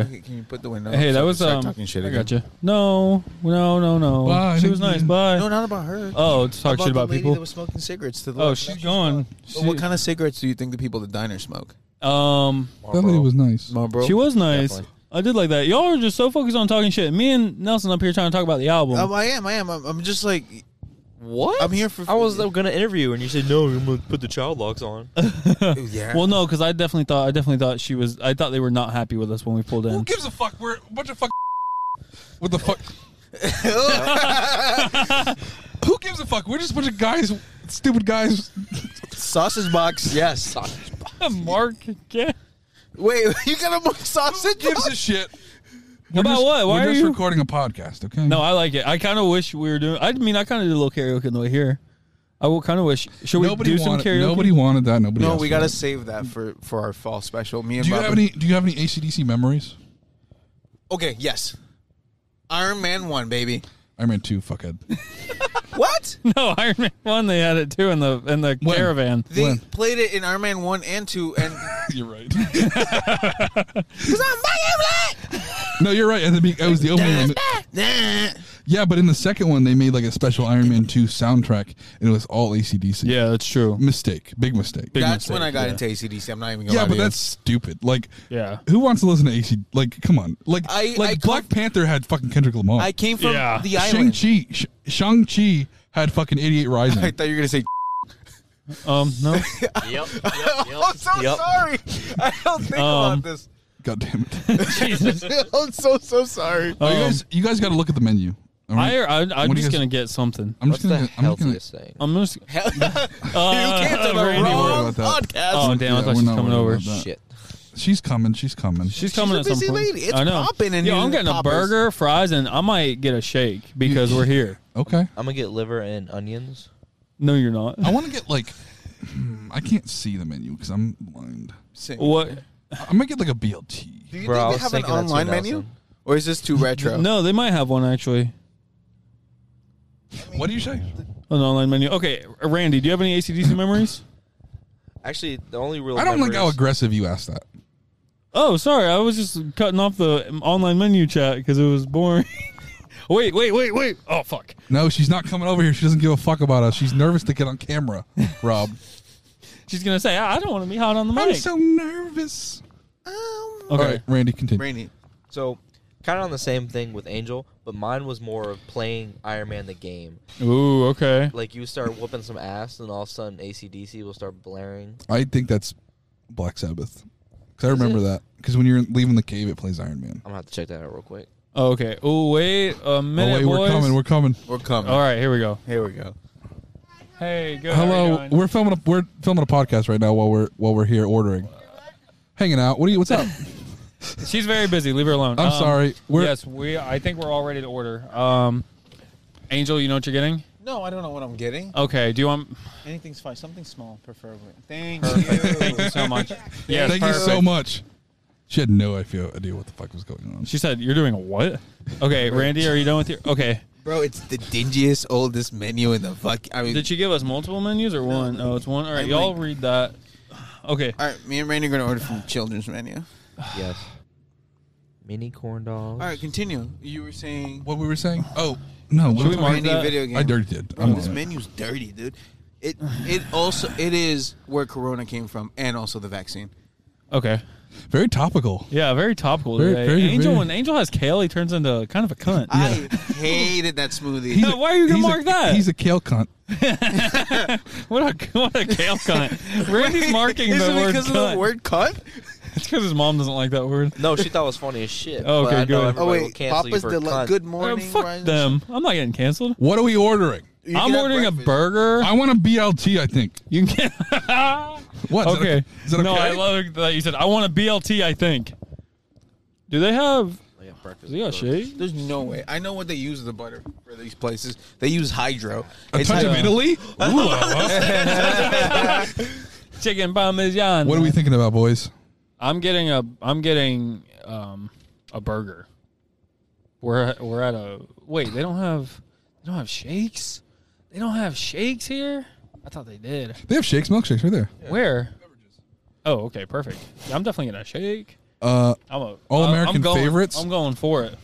Speaker 3: Okay, can you put the window?
Speaker 4: Hey,
Speaker 3: up
Speaker 4: that
Speaker 3: so I can
Speaker 4: was
Speaker 3: start
Speaker 4: um.
Speaker 3: talking shit
Speaker 4: I
Speaker 3: again?
Speaker 4: got you. No, no, no, no.
Speaker 2: Bye,
Speaker 4: she was
Speaker 2: thank
Speaker 4: nice.
Speaker 2: you.
Speaker 4: Bye.
Speaker 3: No, not about her.
Speaker 4: oh, it's talk shit
Speaker 3: the
Speaker 4: about
Speaker 3: lady
Speaker 4: people.
Speaker 3: that was smoking cigarettes to the
Speaker 4: oh,
Speaker 3: left.
Speaker 4: she's gone.
Speaker 3: But what kind of cigarettes do you think the people at the diner smoke?
Speaker 4: of? Um,
Speaker 2: That lady was nice.
Speaker 3: Marlboro.
Speaker 4: She was nice.
Speaker 5: Definitely.
Speaker 4: I did like that. Y'all are just so focused on talking shit. Me and Nelson up here trying to talk about the album.
Speaker 3: Um, I am. I am. I'm, I'm just like
Speaker 5: What?
Speaker 3: I'm here for-
Speaker 5: I was uh, gonna interview, and you said no. I'm gonna put the child locks on.
Speaker 3: yeah.
Speaker 4: well, no, because I definitely thought I definitely thought she was. I thought they were not happy with us when we pulled
Speaker 2: Who
Speaker 4: in.
Speaker 2: gives a fuck? We're a bunch of fuck. What the fuck? Who gives a fuck? We're just a bunch of guys, stupid guys.
Speaker 3: sausage box. Yes.
Speaker 4: Mark, yeah.
Speaker 3: Wait, you got a mo- sausage
Speaker 2: Gives
Speaker 3: box?
Speaker 2: a shit. We're
Speaker 4: About
Speaker 2: just,
Speaker 4: what? Why
Speaker 2: we're
Speaker 4: are
Speaker 2: just
Speaker 4: you?
Speaker 2: recording a podcast, okay?
Speaker 4: no, I like it. I kind of wish we were doing. I mean, I kind of did a little karaoke on the way here. I will kind of wish. Should we
Speaker 2: nobody
Speaker 4: do some
Speaker 2: wanted,
Speaker 4: karaoke?
Speaker 2: Nobody wanted that. Nobody.
Speaker 3: No,
Speaker 2: asked
Speaker 3: we gotta
Speaker 2: for
Speaker 3: save that for for our fall special. Me
Speaker 2: it.
Speaker 3: and
Speaker 2: Do you
Speaker 3: Bobby.
Speaker 2: have any? Do you have any ACDC memories?
Speaker 3: Okay. Yes. Iron Man one, baby.
Speaker 2: Iron Man two, fuckhead.
Speaker 3: What?
Speaker 4: No, Iron Man One. They had it too in the in the
Speaker 2: When?
Speaker 4: caravan.
Speaker 3: They
Speaker 2: When?
Speaker 3: played it in Iron Man one and two, and
Speaker 2: you're right.
Speaker 3: because I'm fucking
Speaker 2: no, you're right. And the, be- that was the opening. one.
Speaker 3: black. Nah.
Speaker 2: Yeah, but in the second one, they made like a special Iron Man two soundtrack, and it was all ACDC.
Speaker 4: Yeah, that's true.
Speaker 2: mistake, big mistake.
Speaker 4: Big
Speaker 3: That's
Speaker 4: mistake,
Speaker 3: when I got
Speaker 4: yeah.
Speaker 3: into ACDC. I'm not even. Gonna
Speaker 2: yeah,
Speaker 3: lie
Speaker 2: but
Speaker 3: to you.
Speaker 2: that's stupid. Like,
Speaker 4: Yeah.
Speaker 2: who wants to listen to AC? Like, come on. Like,
Speaker 3: I-
Speaker 2: like
Speaker 3: I come-
Speaker 2: Black Panther had fucking Kendrick Lamar.
Speaker 3: I came from
Speaker 4: Yeah.
Speaker 3: the
Speaker 2: Shang
Speaker 3: island.
Speaker 2: Chi, Sh- Shang Chi had fucking eighty eight Rising.
Speaker 3: I thought you were gonna say.
Speaker 4: Um, no.
Speaker 5: yep.
Speaker 3: Oh, I'm so
Speaker 5: Yep.
Speaker 3: sorry. I don't think
Speaker 4: Um,
Speaker 3: about this.
Speaker 2: God damn it.
Speaker 4: Jesus.
Speaker 3: I'm so so sorry.
Speaker 2: Oh, you
Speaker 3: Um,
Speaker 2: guys, you guys got to look at the menu. all right?
Speaker 4: I, I
Speaker 2: What
Speaker 4: I'm
Speaker 2: do you
Speaker 4: just
Speaker 2: guys-
Speaker 4: gonna get something.
Speaker 2: I'm
Speaker 5: What's
Speaker 2: just gonna.
Speaker 5: the
Speaker 2: I'm just gonna.
Speaker 5: healthiest thing?
Speaker 4: I'm just.
Speaker 3: Hell-
Speaker 4: Uh,
Speaker 3: you came to the
Speaker 4: Randy
Speaker 3: wrong
Speaker 2: Orton. About
Speaker 3: podcast.
Speaker 4: Oh damn! I
Speaker 2: Yeah,
Speaker 4: thought
Speaker 2: we're
Speaker 4: she was
Speaker 2: not
Speaker 4: coming
Speaker 2: worried
Speaker 4: over.
Speaker 2: about that.
Speaker 5: Shit.
Speaker 2: She's coming. She's coming.
Speaker 4: She's coming
Speaker 3: a
Speaker 4: at some
Speaker 3: busy
Speaker 4: point.
Speaker 3: lady. It's
Speaker 4: I know.
Speaker 3: popping in
Speaker 4: Yo,
Speaker 3: these
Speaker 4: I'm getting
Speaker 3: poppers.
Speaker 4: a burger, fries, and I might get a shake because we're here.
Speaker 2: okay.
Speaker 5: I'm gonna get liver and onions.
Speaker 4: No, you're not.
Speaker 2: I want to get like. hmm, I can't see the menu because I'm blind.
Speaker 3: Sing.
Speaker 4: What?
Speaker 2: I'm gonna get like a BLT.
Speaker 3: Do you
Speaker 5: Bro, I
Speaker 3: think
Speaker 5: was
Speaker 3: they have an
Speaker 5: thinking that's
Speaker 3: online menu,
Speaker 5: 2000.
Speaker 3: or is this too retro?
Speaker 4: No, they might have one actually.
Speaker 2: What do you say?
Speaker 4: An online menu. Okay, Randy, do you have any ACDC memories?
Speaker 5: Actually, the only real
Speaker 2: I don't like how
Speaker 5: memories-
Speaker 2: aggressive you asked that.
Speaker 4: Oh, sorry, I was just cutting off the online menu chat because it was boring. wait, wait, wait, wait. Oh fuck.
Speaker 2: No, she's not coming over here. She doesn't give a fuck about us. She's nervous to get on camera, Rob.
Speaker 4: She's gonna say, "I I don't want to be hot on the
Speaker 2: I'm
Speaker 4: mic."
Speaker 2: so nervous.
Speaker 4: okay.
Speaker 2: All right, Randy, continue.
Speaker 6: Rainy.
Speaker 5: So, kind of on the same thing with Angel, but mine was more of playing Iron Man the game.
Speaker 4: Ooh, okay.
Speaker 5: Like you start whooping some ass, and all of a sudden ACDC will start blaring.
Speaker 2: I think that's Black Sabbath. Because I remember that. Because when you're leaving the cave, it plays Iron Man.
Speaker 5: I'm gonna have to check that out real quick.
Speaker 4: Okay. Oh wait a minute,
Speaker 2: oh, wait,
Speaker 4: boys.
Speaker 2: we're coming. We're coming.
Speaker 6: We're coming.
Speaker 4: All right, here we go.
Speaker 6: Here we go.
Speaker 4: Hey, good. how you
Speaker 2: Hello,
Speaker 4: doing?
Speaker 2: we're filming. A, we're filming a podcast right now while we're while we're here ordering, hanging out. What are you? What's up?
Speaker 4: She's very busy. Leave her alone. Um,
Speaker 2: I'm sorry. We're-
Speaker 4: yes, we. I think we're all ready to order. Um, Angel, you know what you're getting.
Speaker 6: No, I don't know what I'm getting.
Speaker 4: Okay. Do you want?
Speaker 6: Anything's fine. Something small, preferably. Thank
Speaker 4: Thank you so much. Yes,
Speaker 2: Thank you so
Speaker 4: perfect.
Speaker 2: much. She had no idea idea what the fuck was going on.
Speaker 4: She said, "You're doing a what?" Okay, Randy, are you done with your? Okay.
Speaker 6: Bro, it's the dingiest, oldest menu in the fuck. I mean,
Speaker 4: Did she give us multiple menus or one? Oh, it's one. All right,
Speaker 6: I'm
Speaker 4: y'all
Speaker 6: like-
Speaker 4: read that. Okay.
Speaker 6: all right, me and Rainy are gonna order from the children's menu.
Speaker 5: Yes. Mini corn dogs.
Speaker 6: All right, continue. You were saying
Speaker 2: what we were saying? Oh no,
Speaker 4: Should we
Speaker 2: we're-
Speaker 4: mark
Speaker 6: Rainy
Speaker 4: that?
Speaker 6: video game.
Speaker 2: I dirty did.
Speaker 6: Bro,
Speaker 2: I'm
Speaker 6: this
Speaker 2: on it.
Speaker 6: menu's dirty, dude. It it also it is where Corona came from, and also the vaccine.
Speaker 4: Okay.
Speaker 2: Very topical.
Speaker 4: Yeah, very topical
Speaker 2: Very-
Speaker 4: today.
Speaker 2: very-
Speaker 4: Angel,
Speaker 2: very-
Speaker 4: when Angel has kale, he turns into kind of a cunt.
Speaker 6: I hated that smoothie.
Speaker 2: He's
Speaker 4: Yeah, why are you gonna
Speaker 2: he's a-
Speaker 4: mark that?
Speaker 2: He's a kale cunt.
Speaker 4: What a what a kale cunt. Randy's marking
Speaker 6: is
Speaker 4: the
Speaker 6: it
Speaker 4: word
Speaker 6: because
Speaker 4: cunt.
Speaker 6: of the word cut?
Speaker 4: It's because his mom doesn't like that word.
Speaker 5: No, she thought it was funny as shit.
Speaker 4: Oh,
Speaker 5: but
Speaker 4: okay,
Speaker 5: I know
Speaker 4: good.
Speaker 5: everybody
Speaker 6: Oh
Speaker 5: will
Speaker 6: wait,
Speaker 5: cancel you
Speaker 6: Papa's
Speaker 5: for
Speaker 6: the
Speaker 5: cunt.
Speaker 6: good
Speaker 4: Uh,
Speaker 2: Oh,
Speaker 6: morning.
Speaker 4: fuck
Speaker 6: Ryan.
Speaker 4: them. I'm not getting canceled.
Speaker 2: What are we ordering?
Speaker 6: You can
Speaker 4: I'm
Speaker 6: have
Speaker 4: ordering a
Speaker 6: breakfast.
Speaker 4: burger.
Speaker 2: I want a BLT. I think.
Speaker 4: you can get.
Speaker 2: What? Is that
Speaker 4: okay.
Speaker 2: Is that okay?
Speaker 4: No, I love that you said. I want a BLT. I think. Do they have?
Speaker 5: Yeah, breakfast.
Speaker 4: Yeah, shake.
Speaker 6: There's no way. I know what they use the butter for these places. They use hydro.
Speaker 2: a touch of
Speaker 6: hydro.
Speaker 2: Italy. Ooh, I love-
Speaker 4: Chicken parmesan.
Speaker 2: what are we thinking about, boys?
Speaker 4: I'm getting a. I'm getting um a burger. We're we're at a wait. They don't have. They don't have shakes. They don't have shakes here. I thought they did.
Speaker 2: They have shakes, milkshakes right there.
Speaker 4: Where? Oh, okay, perfect. Yeah, I'm definitely gonna shake.
Speaker 2: Uh,
Speaker 4: I'm a
Speaker 2: All
Speaker 4: I-
Speaker 2: American
Speaker 4: I'm going-
Speaker 2: favorites?
Speaker 4: I'm going for it.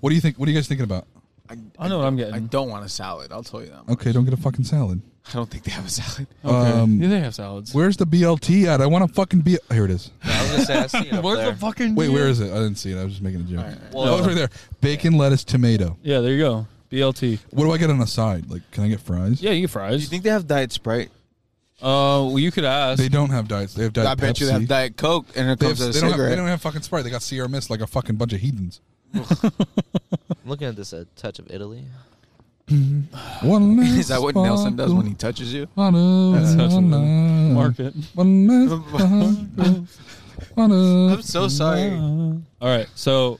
Speaker 2: what do you think? What are you guys thinking about?
Speaker 6: I,
Speaker 4: I know what I'm getting.
Speaker 6: I don't want a salad. I'll tell you that. much.
Speaker 2: Okay, don't get a fucking salad.
Speaker 6: I don't think they have a salad.
Speaker 4: Okay.
Speaker 2: Um,
Speaker 4: yeah, they have salads.
Speaker 2: Where's the BLT at? I want to fucking be. Here it is.
Speaker 5: I was gonna say I see it up
Speaker 4: Where's
Speaker 5: there.
Speaker 4: the fucking?
Speaker 2: Wait, where is it? I didn't see it. I was just making a joke.
Speaker 5: Well,
Speaker 2: Oh, it's right there. Bacon, lettuce, tomato.
Speaker 4: Yeah, there you go. BLT.
Speaker 2: What do I get on a side? Like, can I get fries?
Speaker 4: Yeah, you get fries.
Speaker 6: Do you think they have Diet Sprite?
Speaker 4: uh, well, you could ask.
Speaker 2: They don't have diets. They have diet.
Speaker 6: I bet you
Speaker 2: Pepsi.
Speaker 6: they have Diet Coke and it
Speaker 2: They, have,
Speaker 6: comes with a
Speaker 2: they don't have, they
Speaker 6: cigarette.
Speaker 2: don't have fucking Sprite. They got Sierra Mist like a fucking bunch of heathens.
Speaker 5: I'm looking at this a touch of Italy.
Speaker 2: One
Speaker 6: Is that what Nelson does when he touches you?
Speaker 2: Mark.
Speaker 4: Mark it.
Speaker 6: I'm so sorry.
Speaker 4: All right, so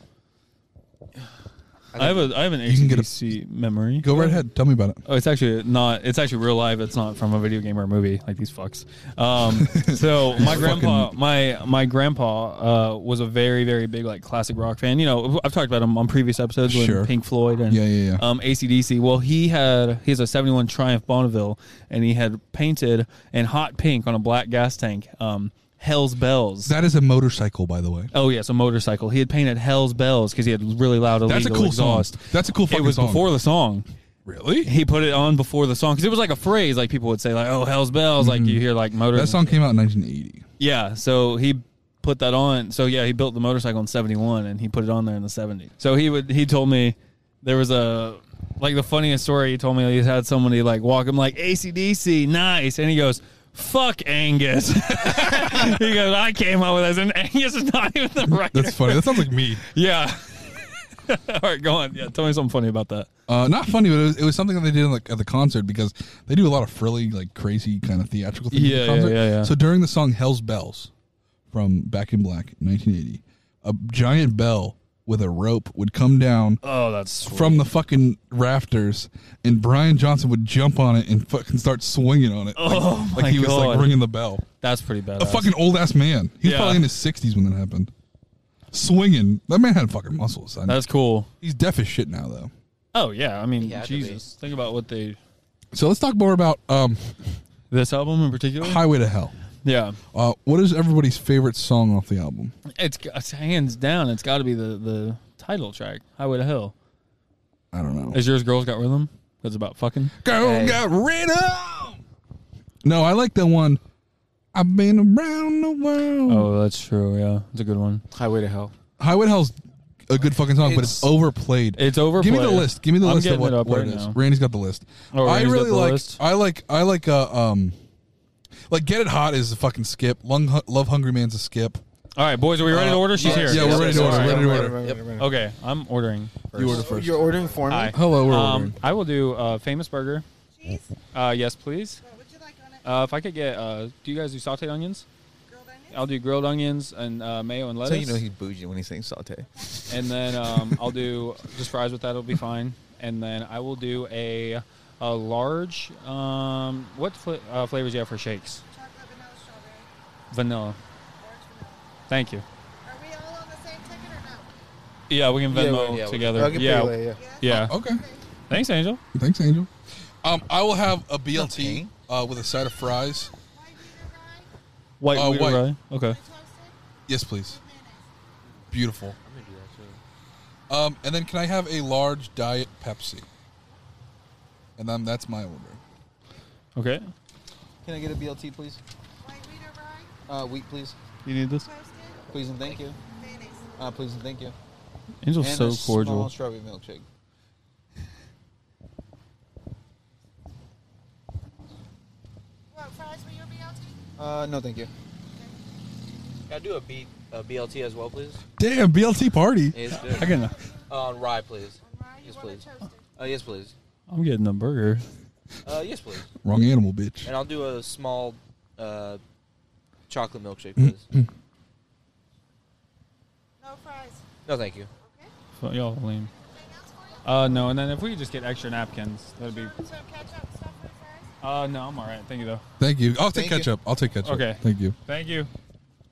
Speaker 4: I have a I have an
Speaker 2: You can get a-
Speaker 4: HDC memory.
Speaker 2: Go right ahead. Tell me about it.
Speaker 4: Oh, it's actually not. It's actually real life. It's not from a video game or a movie like these fucks. Um, so my grandpa, my my grandpa uh, was a very very big like classic rock fan. You know, I've talked about him on previous episodes with
Speaker 2: Sure.
Speaker 4: Pink Floyd and
Speaker 2: Yeah, yeah, yeah.
Speaker 4: Um, ACDC. Well, he had he has a '71 Triumph Bonneville, and he had painted in hot pink on a black gas tank. Um, Hell's bells.
Speaker 2: That is a motorcycle, by the way.
Speaker 4: Oh yes, a motorcycle. He had painted "Hell's Bells" because he had really loud illegal
Speaker 2: That's a cool
Speaker 4: exhaust.
Speaker 2: song. That's a cool
Speaker 4: It
Speaker 2: fucking
Speaker 4: was
Speaker 2: song.
Speaker 4: before the song.
Speaker 2: really?
Speaker 4: He put it on before the song because it was like a phrase, like people would say, like "Oh, Hell's Bells," like you hear like motor.
Speaker 2: Mm-hmm. That song came out in 1980.
Speaker 4: Yeah, so he put that on. So yeah, he built the motorcycle in '71 and he put it on there in the '70s. So he would. He told me there was a like the funniest story. He told me he had somebody like walk him like ACDC, nice, and he goes. Fuck Angus. he goes, I came up with this, and Angus is not even the right
Speaker 2: That's funny. That sounds like me.
Speaker 4: yeah. All right, go on. Yeah, tell me something funny about that.
Speaker 2: Uh, not funny, but it was, it was something that they did like at the concert because they do a lot of frilly, like crazy kind of theatrical things. at
Speaker 4: Yeah,
Speaker 2: the
Speaker 4: yeah,
Speaker 2: concert.
Speaker 4: yeah, yeah.
Speaker 2: So during the song "Hell's Bells" from Back in Black, 1980, a giant bell with a rope would come down
Speaker 4: Oh, that's
Speaker 2: from the fucking rafters, and Brian Johnson would jump on it and fucking start swinging on it.
Speaker 4: Oh,
Speaker 2: like, like
Speaker 4: my
Speaker 2: he was like
Speaker 4: God.
Speaker 2: ringing the bell.
Speaker 4: that's pretty bad.
Speaker 2: A fucking old ass man. He's
Speaker 4: Yeah.
Speaker 2: probably in his 60s when that happened. Swinging. That man had fucking muscles. son.
Speaker 4: That's cool.
Speaker 2: He's deaf as shit now, though.
Speaker 4: Oh yeah, I mean
Speaker 5: He had to be.
Speaker 4: Jesus. Think about what they
Speaker 2: So let's talk more about um,
Speaker 4: this album in particular.
Speaker 2: Highway to Hell.
Speaker 4: Yeah,
Speaker 2: Uh, what is everybody's favorite song off the album?
Speaker 4: it's, it's hands down. It's got to be the the title track, Highway to Hell.
Speaker 2: I don't know.
Speaker 4: Is yours "Girls Got Rhythm"? That's about fucking.
Speaker 2: Go
Speaker 5: Hey.
Speaker 2: got rid of. No, I like the one. I've been around the world.
Speaker 4: Oh, that's true. Yeah, it's a good one.
Speaker 6: Highway to Hell.
Speaker 2: Highway to Hell's a good fucking song, but it's
Speaker 5: It's-
Speaker 2: overplayed.
Speaker 4: It's over.
Speaker 2: Give me the list. Give me the
Speaker 4: I'm
Speaker 2: list of
Speaker 4: getting
Speaker 2: what,
Speaker 4: it up
Speaker 2: what
Speaker 4: right
Speaker 2: it is.
Speaker 4: now.
Speaker 2: Randy's got the list.
Speaker 4: Oh,
Speaker 2: I
Speaker 4: Randy's got
Speaker 2: really
Speaker 4: the
Speaker 2: like.
Speaker 4: list?
Speaker 2: I like. I like. Uh, um, like Get It Hot is a fucking skip. Lung, Love Hungry Man's a skip.
Speaker 4: All right, boys, are we ready to order? She's
Speaker 2: yeah,
Speaker 4: here.
Speaker 2: yeah, we're ready to
Speaker 4: All
Speaker 2: order,
Speaker 4: right.
Speaker 2: ready to order.
Speaker 4: Uh, Okay, I'm ordering. First.
Speaker 2: You were the first.
Speaker 6: You're ordering for me?
Speaker 4: Hi.
Speaker 2: Hello, we're
Speaker 4: um,
Speaker 2: ordering.
Speaker 4: I will do uh, famous burger.
Speaker 7: Cheese?
Speaker 4: Uh, yes, please.
Speaker 7: What would you like on it?
Speaker 4: Uh, if I could get, uh, do you guys do sautéed onions?
Speaker 7: Grilled onions?
Speaker 4: I'll do grilled onions and uh, mayo and
Speaker 3: So
Speaker 4: lettuce.
Speaker 3: you know he's bougie when he's saying saute.
Speaker 4: and then um, I'll do just fries with that. It'll be fine. And then I will do a a large. Um, what fl- uh, flavors do you have for shakes?
Speaker 7: Chocolate, vanilla, strawberry,
Speaker 4: Vanilla.
Speaker 7: orange vanilla.
Speaker 4: Thank you.
Speaker 7: Are we all on the same ticket or no?
Speaker 4: Yeah, we can
Speaker 6: Yeah,
Speaker 4: Venmo
Speaker 5: we- yeah, we-
Speaker 3: Oh,
Speaker 4: together. yeah.
Speaker 7: Yes?
Speaker 4: Yeah.
Speaker 2: Okay.
Speaker 4: Thanks, Angel.
Speaker 2: Thanks, Angel. Um, I will have a BLT uh, with a side of fries.
Speaker 7: Why do you rye?
Speaker 4: Oh, White.
Speaker 2: Uh,
Speaker 4: wheat
Speaker 2: white.
Speaker 4: rye. Okay.
Speaker 7: Toasted?
Speaker 2: Yes, please.
Speaker 7: Mayonnaise.
Speaker 2: Beautiful.
Speaker 5: I'm gonna do that too.
Speaker 2: Um, and then can I have a large diet Pepsi? And then that's my order.
Speaker 4: Okay.
Speaker 3: Can I get a BLT, please?
Speaker 7: White wheat or rye?
Speaker 3: Uh, wheat, please.
Speaker 4: You need this.
Speaker 7: Toasted?
Speaker 3: Please and thank you.
Speaker 7: Mayonnaise.
Speaker 3: Uh, please and thank you.
Speaker 4: Angel's so cordial.
Speaker 3: strawberry milkshake.
Speaker 7: What, fries for your BLT?
Speaker 3: Uh, no, thank you.
Speaker 5: Can I do a, B, a BLT as well, please?
Speaker 2: Damn, BLT party.
Speaker 5: Yes,
Speaker 4: I can,
Speaker 5: uh, rye, please.
Speaker 7: On rye, you
Speaker 5: Yes,
Speaker 7: want it
Speaker 5: please.
Speaker 7: toasted.
Speaker 5: Uh, yes, please.
Speaker 4: I'm getting a burger.
Speaker 5: Uh, yes, please.
Speaker 2: Wrong animal, bitch.
Speaker 5: And I'll do a small uh, chocolate milkshake,
Speaker 4: Mm-hmm.
Speaker 5: please.
Speaker 7: No fries.
Speaker 5: no, thank you.
Speaker 7: Okay?
Speaker 4: So y'all lame.
Speaker 7: Anything else for you?
Speaker 4: Uh, no, and then if we could just get extra napkins, that'd be.
Speaker 7: Some ketchup, stuff for the fries?
Speaker 4: Uh, no, I'm all right. Thank you though.
Speaker 2: Thank you. I'll take
Speaker 3: Thank you.
Speaker 2: ketchup. I'll take ketchup.
Speaker 4: Okay.
Speaker 2: Thank you.
Speaker 4: Thank you.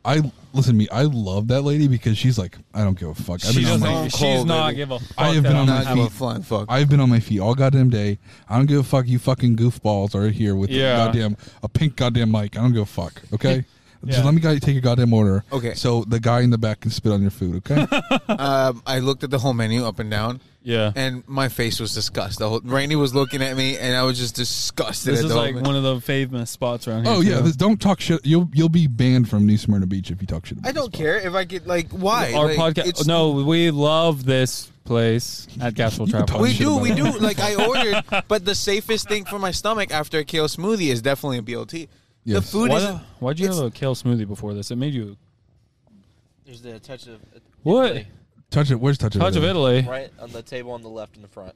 Speaker 2: I listen to me. I love that lady because she's like, I don't give a fuck. I've
Speaker 4: She
Speaker 2: been on
Speaker 4: doesn't.
Speaker 2: my,
Speaker 4: she's
Speaker 3: cold,
Speaker 4: not
Speaker 3: baby.
Speaker 4: give a. Fuck
Speaker 2: I have
Speaker 4: that
Speaker 2: been on
Speaker 4: I'm
Speaker 2: my
Speaker 3: Not give a
Speaker 2: feet.
Speaker 3: flying fuck.
Speaker 2: I've been on my feet all goddamn day. I don't give a fuck. You fucking goofballs are here with
Speaker 4: Yeah.
Speaker 2: a goddamn a pink goddamn mic. I don't give a fuck. Okay. Just
Speaker 4: Yeah.
Speaker 2: let me guy take your goddamn order.
Speaker 3: Okay.
Speaker 2: So the guy in the back can spit on your food. Okay.
Speaker 3: um, I looked at the whole menu up and down,
Speaker 4: Yeah.
Speaker 3: and my face was disgust. The whole Randy was looking at me, and I was just disgusted.
Speaker 4: This
Speaker 3: at
Speaker 4: is
Speaker 3: the whole
Speaker 4: like
Speaker 3: menu.
Speaker 4: one of the famous spots around here.
Speaker 2: oh yeah.
Speaker 4: too.
Speaker 2: This, don't talk shit. You'll you'll be banned from New Smyrna Beach if you talk shit. About
Speaker 3: I don't care if I get like why
Speaker 4: Our
Speaker 3: Like,
Speaker 4: podcast.
Speaker 3: it's-
Speaker 4: No, we love this place at Gasol
Speaker 2: You can
Speaker 4: Travel.
Speaker 2: talk
Speaker 3: We
Speaker 2: shit
Speaker 3: do,
Speaker 2: about
Speaker 3: we
Speaker 2: it.
Speaker 3: do. Like I ordered, but the safest thing for my stomach after a kale smoothie is definitely a BLT. The
Speaker 2: Yes.
Speaker 3: food
Speaker 4: Why
Speaker 3: is
Speaker 4: the- why'd you
Speaker 3: it's-
Speaker 4: have a kale smoothie before this? It made you
Speaker 5: There's the touch of uh,
Speaker 4: What?
Speaker 5: Italy,
Speaker 2: Touch it. Where's touch it?
Speaker 4: touch of Italy.
Speaker 5: right on the table on the left in the front.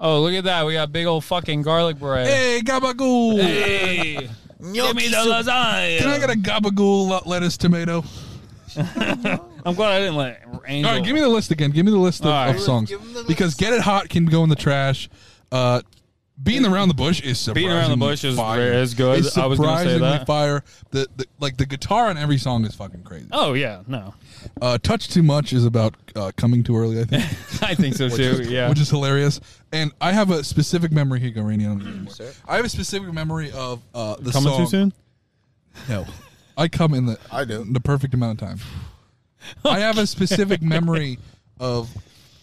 Speaker 4: Oh, look at that! We got big old fucking garlic bread.
Speaker 2: Hey, gabagool.
Speaker 4: Hey,
Speaker 3: gnocchi
Speaker 4: give me the
Speaker 3: soup.
Speaker 4: lasagna.
Speaker 2: Can I get a gabagool lot- lettuce tomato?
Speaker 4: I'm glad I didn't let Angel.
Speaker 2: All right, give me the list again. Give me the list of,
Speaker 4: All right.
Speaker 2: of songs
Speaker 3: Give 'em the list.
Speaker 2: because "Get It Hot" can go in the trash. Uh, "Beating Around the Bush" is surprisingly
Speaker 4: Beating Around the Bush is
Speaker 2: fire.
Speaker 4: rare- is good.
Speaker 2: It's
Speaker 4: I was gonna say
Speaker 2: surprisingly
Speaker 4: that.
Speaker 2: fire. The, the like the guitar on every song is fucking crazy.
Speaker 4: Oh yeah, no,
Speaker 2: Uh, "Touch Too Much" is about uh, coming too early, I think,
Speaker 4: I think so too. yeah,
Speaker 2: which is hilarious. And I have a specific memory here, Garani. I don't know. I have a specific memory of uh, the
Speaker 4: coming
Speaker 2: song.
Speaker 4: too soon.
Speaker 2: No, I come in the
Speaker 3: I do.
Speaker 2: the perfect amount of time. I have a specific memory of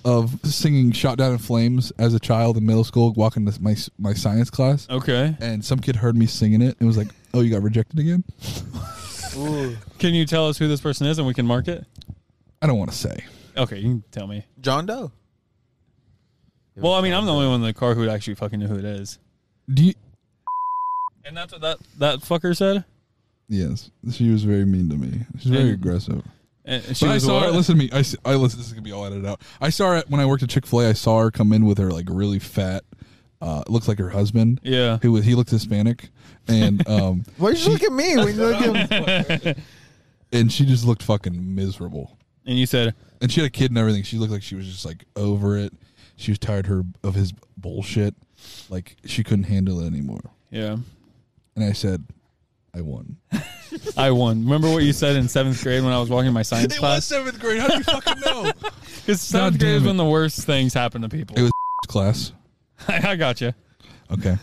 Speaker 2: of singing "Shot Down in Flames" as a child in middle school, walking to my my science class,
Speaker 4: Okay,
Speaker 2: and some kid heard me singing it and was like, "Oh, you got rejected again?"
Speaker 4: can you tell us who this person is and we can mark it?
Speaker 2: I don't want to say.
Speaker 4: Okay, you can tell me.
Speaker 3: John Doe.
Speaker 4: Well, I mean, I'm the only one in the car who would actually fucking know who it is.
Speaker 2: Do you?
Speaker 4: And that's what that that fucker said.
Speaker 2: Yes, she was very mean to me. She's very
Speaker 4: And-
Speaker 2: aggressive.
Speaker 4: And she
Speaker 2: But I
Speaker 4: was
Speaker 2: saw her.
Speaker 4: what?
Speaker 2: Listen to me. I, s- I listen. This is gonna be all edited out. I saw her at- when I worked at Chick Fil A. I saw her come in with her like really fat. Uh, looks like her husband.
Speaker 4: Yeah.
Speaker 2: who was he looked Hispanic, and um,
Speaker 3: Why you look at me when you look at
Speaker 2: and she just looked fucking miserable.
Speaker 4: And you said,
Speaker 2: And she had a kid and everything. She looked like she was just like over it. She was tired her of his bullshit. Like she couldn't handle it anymore.
Speaker 4: yeah,
Speaker 2: And I said, I won.
Speaker 4: I won. Remember what you said in seventh grade when I was walking my science class?
Speaker 2: seventh grade. How do you fucking know?
Speaker 4: Because seventh
Speaker 2: God damn
Speaker 4: grade is
Speaker 2: it.
Speaker 4: when the worst things happen to people.
Speaker 2: It was class.
Speaker 4: I got you.
Speaker 2: Okay.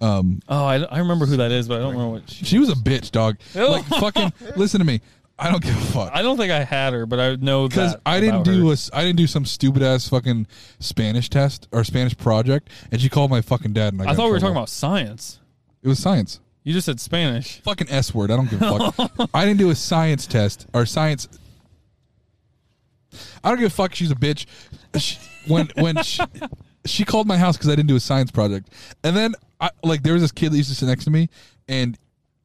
Speaker 4: Oh, I, I remember who that is, but I don't remember what. She,
Speaker 2: She was a bitch, dog.
Speaker 4: Ew.
Speaker 2: Like fucking listen to me. I don't give a fuck.
Speaker 4: I don't think I had her, but I know
Speaker 2: Because
Speaker 4: that
Speaker 2: I didn't
Speaker 4: about her.
Speaker 2: do a s- I didn't do some stupid ass fucking Spanish test or Spanish project, and she called my fucking dad. And I,
Speaker 4: I thought we were talking about science.
Speaker 2: it was science.
Speaker 4: You just said Spanish.
Speaker 2: Fucking S word. I don't give a fuck. I didn't do a science test or science. I don't give a fuck. She's a bitch. She, when when she, she called my house because I didn't do a science project, and then I like there was this kid that used to sit next to me, and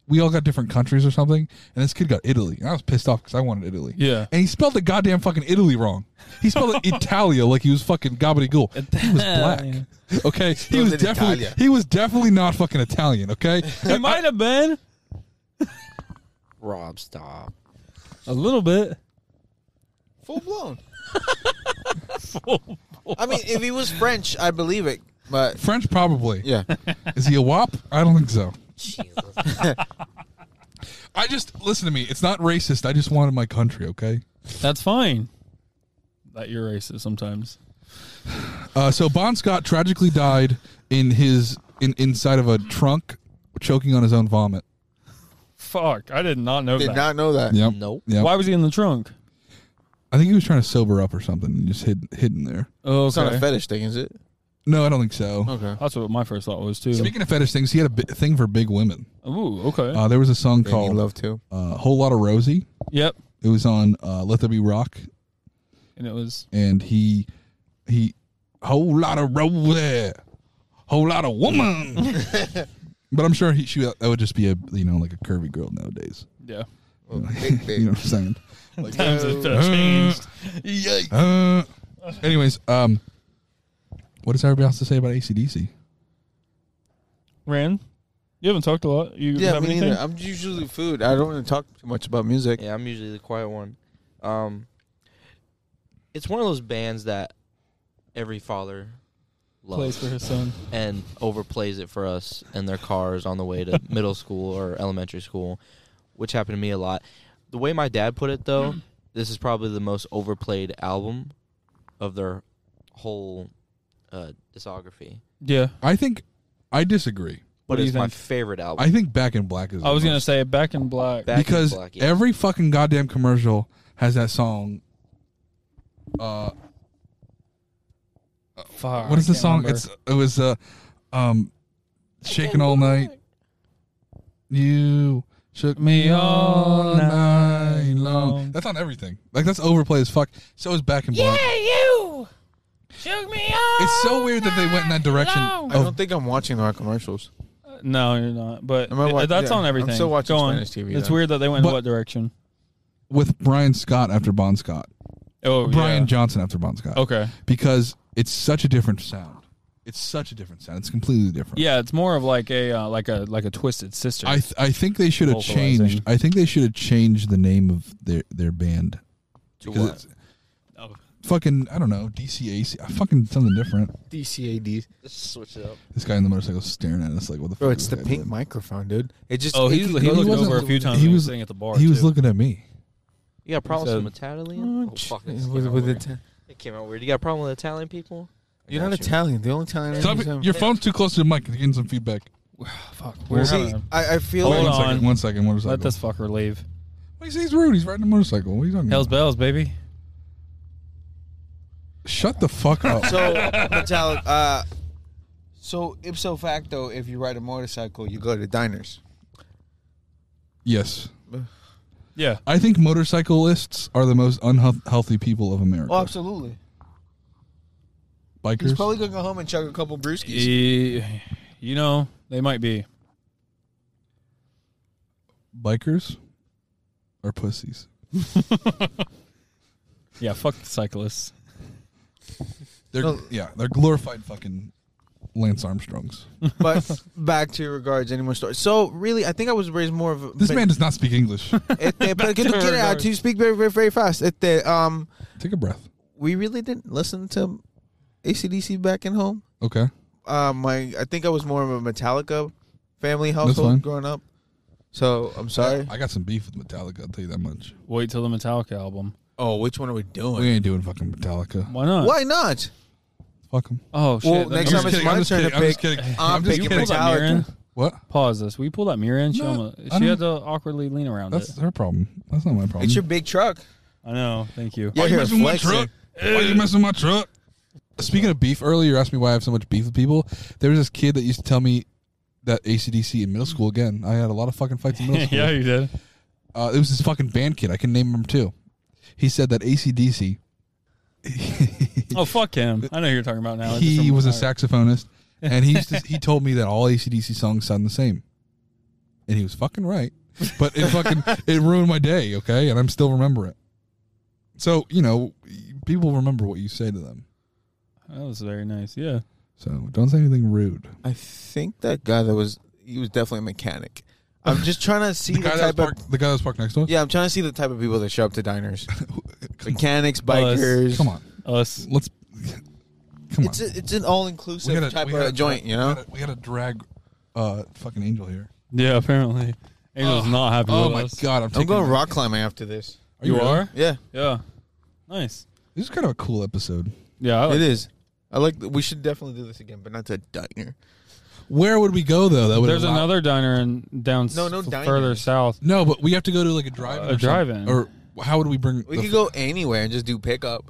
Speaker 2: we all got different countries or something, and this kid got Italy, and I was pissed off because I wanted Italy.
Speaker 4: Yeah.
Speaker 2: and he spelled the goddamn fucking Italy wrong. He spelled it Italia like he was fucking gobbledygook. He was black. Okay, he was
Speaker 3: it
Speaker 2: definitely
Speaker 3: Italia.
Speaker 2: he was definitely not fucking Italian. Okay,
Speaker 4: It might have been
Speaker 5: Rob, stop.
Speaker 4: a little bit.
Speaker 3: Full blown. I mean, if he was French, I believe it. But
Speaker 2: French probably.
Speaker 3: yeah,
Speaker 2: Is he a wop? I don't think so.
Speaker 5: Jesus.
Speaker 2: I just listen to me. It's not racist. I just wanted my country. Okay.
Speaker 4: That's fine. That you're racist sometimes.
Speaker 2: Uh, so Bon Scott tragically died in his in inside of a trunk, choking on his own vomit.
Speaker 4: Fuck, I did not know
Speaker 3: did
Speaker 4: that.
Speaker 3: not know that.
Speaker 2: Yep.
Speaker 5: Nope.
Speaker 2: Yep.
Speaker 4: Why was he in the trunk?
Speaker 2: I think he was trying to sober up or something and just hid hidden there.
Speaker 4: Oh,
Speaker 3: It's not a fetish thing, is it?
Speaker 2: No, I don't think so.
Speaker 3: Okay.
Speaker 4: That's what my first thought was too.
Speaker 2: Speaking of fetish things, he had a bi- thing for big women.
Speaker 4: Ooh, okay.
Speaker 2: Uh, there was a song
Speaker 3: And you
Speaker 2: called
Speaker 3: love to.
Speaker 2: uh, "Whole Lot of Rosie."
Speaker 4: yep.
Speaker 2: It was on uh, "Let There Be Rock,"
Speaker 4: And it was
Speaker 2: and he he whole lot of Rosie, whole lot of woman. but I'm sure he, she that would just be a you know like a curvy girl nowadays.
Speaker 4: yeah.
Speaker 2: You
Speaker 3: Big,
Speaker 2: know
Speaker 3: big.
Speaker 2: what I'm saying?
Speaker 4: Times have
Speaker 2: Uh,
Speaker 4: changed.
Speaker 2: Uh, anyways, um, what does everybody else to say about ACDC?
Speaker 4: Ran, you haven't talked a lot. You
Speaker 3: Yeah,
Speaker 4: have
Speaker 3: me
Speaker 4: anything?
Speaker 3: neither. I'm usually food. I don't want to talk too much about music.
Speaker 5: Yeah, I'm usually the quiet one. Um, it's one of those bands that every father
Speaker 4: Plays
Speaker 5: loves
Speaker 4: for his son.
Speaker 5: and overplays it for us in their cars on the way to middle school or elementary school, which happened to me a lot. The way my dad put it, though, this is probably the most overplayed album of their whole uh, discography.
Speaker 4: Yeah.
Speaker 2: I think I disagree.
Speaker 4: What
Speaker 5: But
Speaker 4: do you
Speaker 5: it's my
Speaker 4: think?
Speaker 5: favorite album.
Speaker 2: I think Back in Black is.
Speaker 4: I
Speaker 2: the
Speaker 4: was gonna
Speaker 2: most-
Speaker 4: say back in black.
Speaker 5: Back in
Speaker 2: because
Speaker 5: Black, yeah.
Speaker 2: every fucking goddamn commercial has that song.
Speaker 4: Fuck,
Speaker 2: What
Speaker 4: I
Speaker 2: is the
Speaker 4: can't
Speaker 2: song?
Speaker 4: remember.
Speaker 2: It's it was uh, um, shaking all night. You shook me all night long. That's on everything. Like that's overplay as fuck. So is Back in Black.
Speaker 8: you shook me up.
Speaker 2: It's so weird that they went in that direction.
Speaker 8: Long.
Speaker 3: I don't think I'm watching our commercials.
Speaker 4: no, you're not. But
Speaker 3: Am I wa-
Speaker 4: it- that's
Speaker 3: yeah,
Speaker 4: on
Speaker 3: I'm
Speaker 4: everything.
Speaker 3: still watching
Speaker 4: Go on.
Speaker 3: Spanish TV
Speaker 4: It's
Speaker 3: then.
Speaker 4: weird that they went
Speaker 2: But-
Speaker 4: in what direction.
Speaker 2: with Brian Scott after Bon Scott,
Speaker 4: Oh,
Speaker 2: Brian
Speaker 4: yeah.
Speaker 2: Johnson after Bon Scott.
Speaker 4: Okay.
Speaker 2: because it's such a different sound. It's such a different sound. It's completely different.
Speaker 4: Yeah, it's more of like a uh, like a like a twisted sister.
Speaker 2: I th- I think they should have
Speaker 4: Vocalizing.
Speaker 2: changed. I think they should have changed the name of their their band
Speaker 5: to
Speaker 2: because
Speaker 5: what? Oh.
Speaker 2: it's fucking I don't know DCAC. I uh, fucking something different.
Speaker 3: DCAD.
Speaker 5: Just switch it up.
Speaker 2: This guy on the motorcycle is staring at us like what the
Speaker 3: Bro,
Speaker 2: fuck
Speaker 3: it's
Speaker 2: is
Speaker 3: Uh, the
Speaker 2: that
Speaker 3: pink
Speaker 2: doing?
Speaker 3: microphone, dude. It just
Speaker 4: oh,
Speaker 3: it
Speaker 4: he's,
Speaker 3: could
Speaker 4: he
Speaker 3: go
Speaker 4: looked
Speaker 3: to-
Speaker 2: wasn't-
Speaker 4: over a few times.
Speaker 2: he
Speaker 4: when
Speaker 2: was-
Speaker 4: sitting at the bar.
Speaker 2: He was
Speaker 4: too.
Speaker 2: looking at me.
Speaker 5: You got a problem
Speaker 4: said-
Speaker 5: with Italian? Oh, fuck, this
Speaker 3: with,
Speaker 5: came out
Speaker 3: with
Speaker 5: weird.
Speaker 3: Ita-
Speaker 5: It came out weird. You got a problem with Italian people? I
Speaker 3: You're not
Speaker 5: got you.
Speaker 3: Italian. The only Italian. I
Speaker 2: Stop
Speaker 3: know is, um,
Speaker 2: it. Your phone's too close to the mic. You're getting some feedback.
Speaker 4: Fuck,
Speaker 3: Well,
Speaker 4: we're
Speaker 3: see,
Speaker 4: having-
Speaker 3: I, I feel
Speaker 2: Wait,
Speaker 4: Hold
Speaker 3: like
Speaker 2: one second,
Speaker 4: on.
Speaker 2: One second. Motorcycle.
Speaker 4: Let this fucker leave.
Speaker 2: What do you say? He's rude. He's riding a motorcycle. What are you talking
Speaker 4: Hell's
Speaker 2: about?
Speaker 4: bells, baby.
Speaker 2: Shut the fuck up.
Speaker 3: so metallic. Uh, so ipso facto, if you ride a motorcycle, you go to diners.
Speaker 2: yes.
Speaker 4: Yeah,
Speaker 2: I think motorcyclists are the most unhealthy people of America.
Speaker 3: Oh, absolutely.
Speaker 2: Bikers.
Speaker 3: He's probably gonna go home and chug a couple brewskis.
Speaker 4: E- you know they might be.
Speaker 2: bikers are pussies.
Speaker 4: Yeah, fuck the cyclists.
Speaker 2: They're yeah, they're glorified fucking Lance Armstrongs.
Speaker 3: But back to your regards, any more stories? So really, I think I was raised more of a,
Speaker 2: This man does not speak English.
Speaker 3: Este, but get,
Speaker 4: to
Speaker 3: get it out.
Speaker 4: regards.
Speaker 3: You speak very, very, very fast. Este, um,
Speaker 2: Take a breath.
Speaker 3: we really didn't listen to ACDC back in home.
Speaker 2: Okay.
Speaker 3: Uh, my, I think I was more of a Metallica family
Speaker 2: fine.
Speaker 3: household growing up. So I'm sorry.
Speaker 2: I got some beef with Metallica, I'll tell you that much.
Speaker 4: Wait till the Metallica album.
Speaker 3: Oh, which one are we doing?
Speaker 2: We ain't doing fucking Metallica.
Speaker 4: Why not?
Speaker 3: Why not?
Speaker 2: Fuck him.
Speaker 4: Oh shit!
Speaker 3: Well,
Speaker 4: that
Speaker 3: next
Speaker 4: means-
Speaker 3: time
Speaker 2: just
Speaker 3: it's
Speaker 2: kidding,
Speaker 3: my
Speaker 2: I'm just
Speaker 3: turn to
Speaker 2: kidding, I'm just
Speaker 3: pick,
Speaker 2: kidding.
Speaker 3: I'm
Speaker 2: I'm just
Speaker 4: Will you
Speaker 3: picking
Speaker 2: kidding.
Speaker 4: pull that mirror in?
Speaker 2: What?
Speaker 4: Pause this. Will you pull that mirror in? She,
Speaker 2: No,
Speaker 4: almost,
Speaker 2: I
Speaker 4: she
Speaker 2: don't-
Speaker 4: had to awkwardly lean around
Speaker 2: That's
Speaker 4: it.
Speaker 2: her problem. That's not my problem.
Speaker 3: It's your big truck.
Speaker 4: I know. Thank you.
Speaker 2: Why
Speaker 3: Yeah,
Speaker 2: Oh, you
Speaker 3: you're
Speaker 2: messing with my
Speaker 3: flexing.
Speaker 2: truck? Why you messing with my truck? Speaking of beef, earlier you asked me why I have so much beef with people. There was this kid that used to tell me that ACDC in middle school. Again, I had a lot of fucking fights in middle school.
Speaker 4: yeah, you did.
Speaker 2: uh, it was this fucking band kid. I can name him too. He said that ACDC.
Speaker 4: Oh fuck him! I know who you're talking about now. I just
Speaker 2: he was a
Speaker 4: remembered.
Speaker 2: saxophonist, and he used to, he told me that all ACDC songs sound the same, and he was fucking right. But it fucking it ruined my day. Okay, and I'm still remember it. So you know, people remember what you say to them.
Speaker 4: That was very nice. Yeah.
Speaker 2: So don't say anything rude.
Speaker 3: I think that guy that was he was definitely a mechanic. I'm just trying to see
Speaker 2: The guy,
Speaker 3: the,
Speaker 2: that was
Speaker 3: type of
Speaker 2: parked, the guy that was parked next to us.
Speaker 3: yeah. I'm trying to see the type of people that show up to diners.
Speaker 2: Come on.
Speaker 3: Mechanics,
Speaker 4: Well, it's-
Speaker 3: bikers.
Speaker 2: Come on,
Speaker 4: Us.
Speaker 2: let's come
Speaker 3: It's
Speaker 2: on.
Speaker 3: a, it's an all inclusive type
Speaker 2: we
Speaker 3: of
Speaker 2: gotta-
Speaker 3: joint, you
Speaker 2: We
Speaker 3: know.
Speaker 2: gotta, we gotta drag, uh, fucking Angel here.
Speaker 4: Yeah. Apparently, Angel's not happy.
Speaker 2: Oh
Speaker 4: with
Speaker 2: my
Speaker 4: us.
Speaker 2: god, I'm,
Speaker 3: I'm
Speaker 2: taking
Speaker 3: going
Speaker 2: my-
Speaker 3: rock climbing after this.
Speaker 4: You
Speaker 2: really?
Speaker 4: are.
Speaker 3: Yeah,
Speaker 4: Yeah. Nice.
Speaker 2: This is kind of a cool episode.
Speaker 4: Yeah. I
Speaker 2: Oh.
Speaker 4: like
Speaker 3: it is. I like. We should definitely do this again, but not to a diner.
Speaker 2: Where would we go though? That would
Speaker 4: There's
Speaker 2: allow-
Speaker 4: another diner in down
Speaker 3: No, no
Speaker 4: s-
Speaker 3: diner.
Speaker 4: further south.
Speaker 2: No, but we have to go to like a drive-in.
Speaker 4: A
Speaker 2: or something.
Speaker 4: drive-in.
Speaker 2: Or how would we bring?
Speaker 3: We
Speaker 2: the-
Speaker 3: could go anywhere and just do pickup,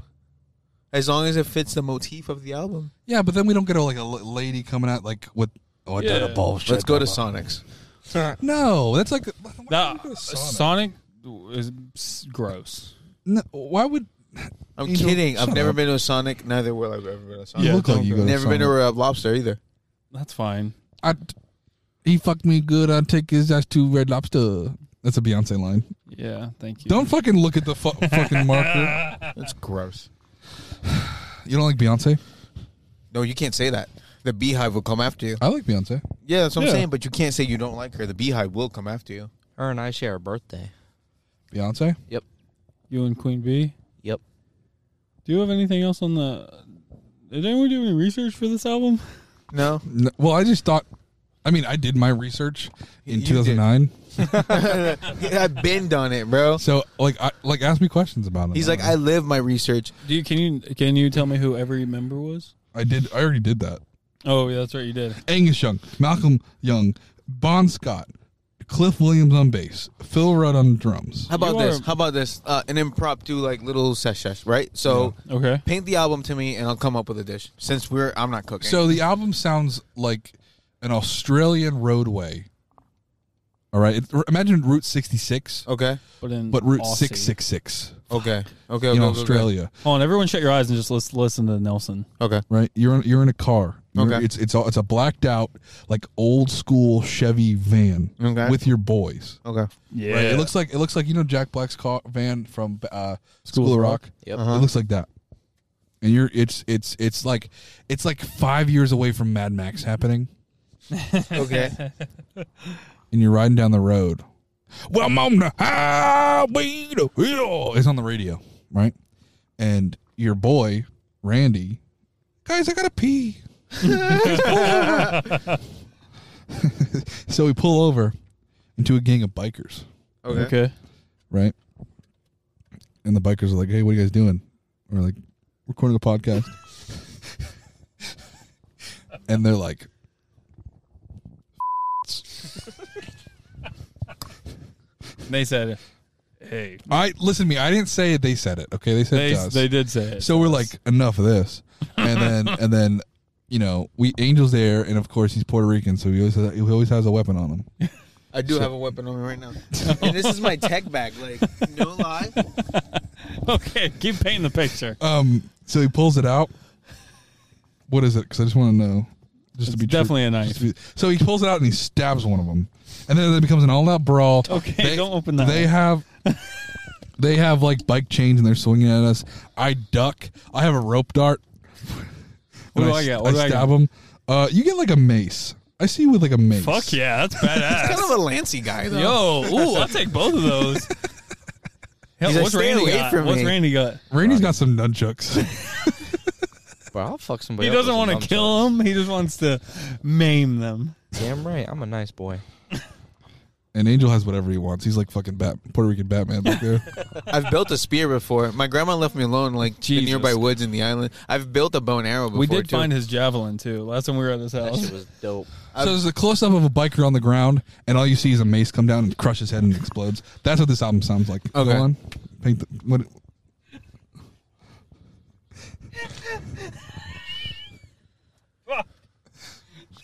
Speaker 3: as long as it fits the motif of the album.
Speaker 2: Yeah, but then we don't get a, like a l- lady coming out like with. Oh, I done
Speaker 4: Yeah.
Speaker 2: a bullshit.
Speaker 3: Let's go to
Speaker 2: blah,
Speaker 3: Sonics.
Speaker 2: blah. No, that's like. why would
Speaker 4: That,
Speaker 2: we go to Sonic?
Speaker 4: Sonic is s- gross.
Speaker 2: No, why would?
Speaker 3: I'm
Speaker 2: Angel,
Speaker 3: kidding. I've
Speaker 2: shut
Speaker 3: never
Speaker 2: up.
Speaker 3: been to a Sonic. Neither will I ever been to a Sonic.
Speaker 2: You look like you go to
Speaker 3: never been
Speaker 2: Sonic.
Speaker 3: to a Red Lobster either.
Speaker 4: That's fine.
Speaker 2: I, he fucked me good. I take his ass to Red Lobster. That's a Beyonce line.
Speaker 4: Yeah. Thank you.
Speaker 2: Don't fucking look at the fu- fucking marker.
Speaker 3: That's gross.
Speaker 2: You don't like Beyonce?
Speaker 3: No, you can't say that. The Beehive will come after you.
Speaker 2: I like Beyonce.
Speaker 3: Yeah, that's what
Speaker 4: Yeah.
Speaker 3: I'm saying. But you can't say you don't like her. The Beehive will come after you.
Speaker 5: Her and I share a birthday.
Speaker 2: Beyonce.
Speaker 4: You and Queen B.
Speaker 5: Yep.
Speaker 4: Do you have anything else on the? Did anyone do any research for this album?
Speaker 3: No,
Speaker 2: N- Well, I just thought. I mean, I did my research in
Speaker 3: You did.
Speaker 2: 2009.
Speaker 3: I've been done it, bro.
Speaker 2: So like, I, like ask me questions about it.
Speaker 3: He's like, I live my research.
Speaker 4: Do you? Can you? Can you tell me who every member was?
Speaker 2: I did. I already did that.
Speaker 4: Oh, yeah, that's right. You did.
Speaker 2: Angus Young, Malcolm Young, Bon Scott, Cliff Williams on bass, Phil Rudd on drums.
Speaker 3: How about
Speaker 4: You
Speaker 3: this?
Speaker 4: are-
Speaker 3: How about this? Uh, an impromptu like little sesh, right? So
Speaker 4: Okay.
Speaker 3: paint the album to me, and I'll come up with a dish. Since we're, I'm not cooking.
Speaker 2: So the album sounds like an Australian roadway. All right, it, imagine Route 66,
Speaker 3: okay,
Speaker 4: But in
Speaker 2: but Route
Speaker 4: Aussie.
Speaker 2: 666
Speaker 3: okay, okay,
Speaker 2: in
Speaker 3: okay, okay,
Speaker 2: Australia.
Speaker 4: Hold on, everyone, shut your eyes and just let's listen to Nelson.
Speaker 3: Okay,
Speaker 2: Right, you're in, you're in a car. You're-
Speaker 3: Okay.
Speaker 2: it's it's a, it's a blacked out like old school Chevy van
Speaker 3: Okay.
Speaker 2: with your boys.
Speaker 3: okay.
Speaker 4: Yeah,
Speaker 2: Right. It looks like it looks like you know Jack Black's car, van from uh, School, of Rock.
Speaker 5: Yep.
Speaker 3: Uh-huh.
Speaker 2: It looks like that. And you're it's it's it's like it's like five years away from Mad Max happening,
Speaker 3: Okay.
Speaker 2: and you're riding down the road. Well, I'm on the highway to hell. It's on the radio, right? And your boy Randy, guys, I gotta pee. Guys, pull over." so we pull over into a gang of bikers.
Speaker 3: okay.
Speaker 4: okay.
Speaker 2: right? And the bikers are like, "Hey, what are you guys doing?" We're like, "Recording a podcast." and they're like,
Speaker 4: And they said, "Hey,
Speaker 2: "I listen to me. I didn't say it. They said it. Okay, they said
Speaker 4: they
Speaker 2: it to us."
Speaker 4: they did say it."
Speaker 2: so we're like, "Enough of this." And then and then you know we angels there, and of course he's Puerto Rican, so he always has, he always has a weapon on him.
Speaker 3: I do have a weapon on me right now, and this is my tech bag. Like, no lie.
Speaker 4: okay, keep painting the picture.
Speaker 2: Um, so he pulls it out. What is it? Because I just want to know. Just to
Speaker 4: It's
Speaker 2: be true-
Speaker 4: definitely a knife.
Speaker 2: just to be- so he pulls it out and he stabs one of them, and then it becomes an all-out brawl.
Speaker 4: Okay, don't open that
Speaker 2: They
Speaker 4: one.
Speaker 2: have. They have like bike chains and they're swinging at us. I duck. I have a rope dart.
Speaker 4: What
Speaker 2: And
Speaker 4: do I
Speaker 2: s-
Speaker 4: get? What do I
Speaker 2: stab
Speaker 4: get?
Speaker 2: him. Uh, you get like a mace. I see you with like a mace.
Speaker 4: Fuck yeah, that's
Speaker 3: Kind
Speaker 4: badass.
Speaker 3: of a Lancy guy though.
Speaker 4: Yo, ooh, I'll take both of those. Hell,
Speaker 3: He's like,
Speaker 4: what's
Speaker 3: "Stay
Speaker 4: Randy
Speaker 3: away
Speaker 4: got?
Speaker 3: from
Speaker 4: what's
Speaker 3: me."
Speaker 4: Randy got?
Speaker 2: Randy's got some nunchucks.
Speaker 5: Bro, I'll fuck somebody.
Speaker 4: He
Speaker 5: up with
Speaker 4: doesn't
Speaker 5: some
Speaker 4: want to
Speaker 5: dumb
Speaker 4: kill them. He just wants to maim them.
Speaker 5: shit. Damn right, I'm a nice boy.
Speaker 2: And Angel has whatever he wants. He's like fucking Bat Puerto Rican Batman back there.
Speaker 3: I've built a spear before. My grandma left me alone, like the
Speaker 4: Jesus.
Speaker 3: nearby woods in the island. I've built a bow and arrow before.
Speaker 4: we did
Speaker 3: too.
Speaker 4: find his javelin too. Last time we were at his
Speaker 5: That
Speaker 4: house.
Speaker 5: shit was dope.
Speaker 2: so there's a close up of a biker on the ground, and all you see is a mace come down and crush his head and explodes. That's what this album sounds like.
Speaker 3: Okay.
Speaker 2: Go on. Paint the, what,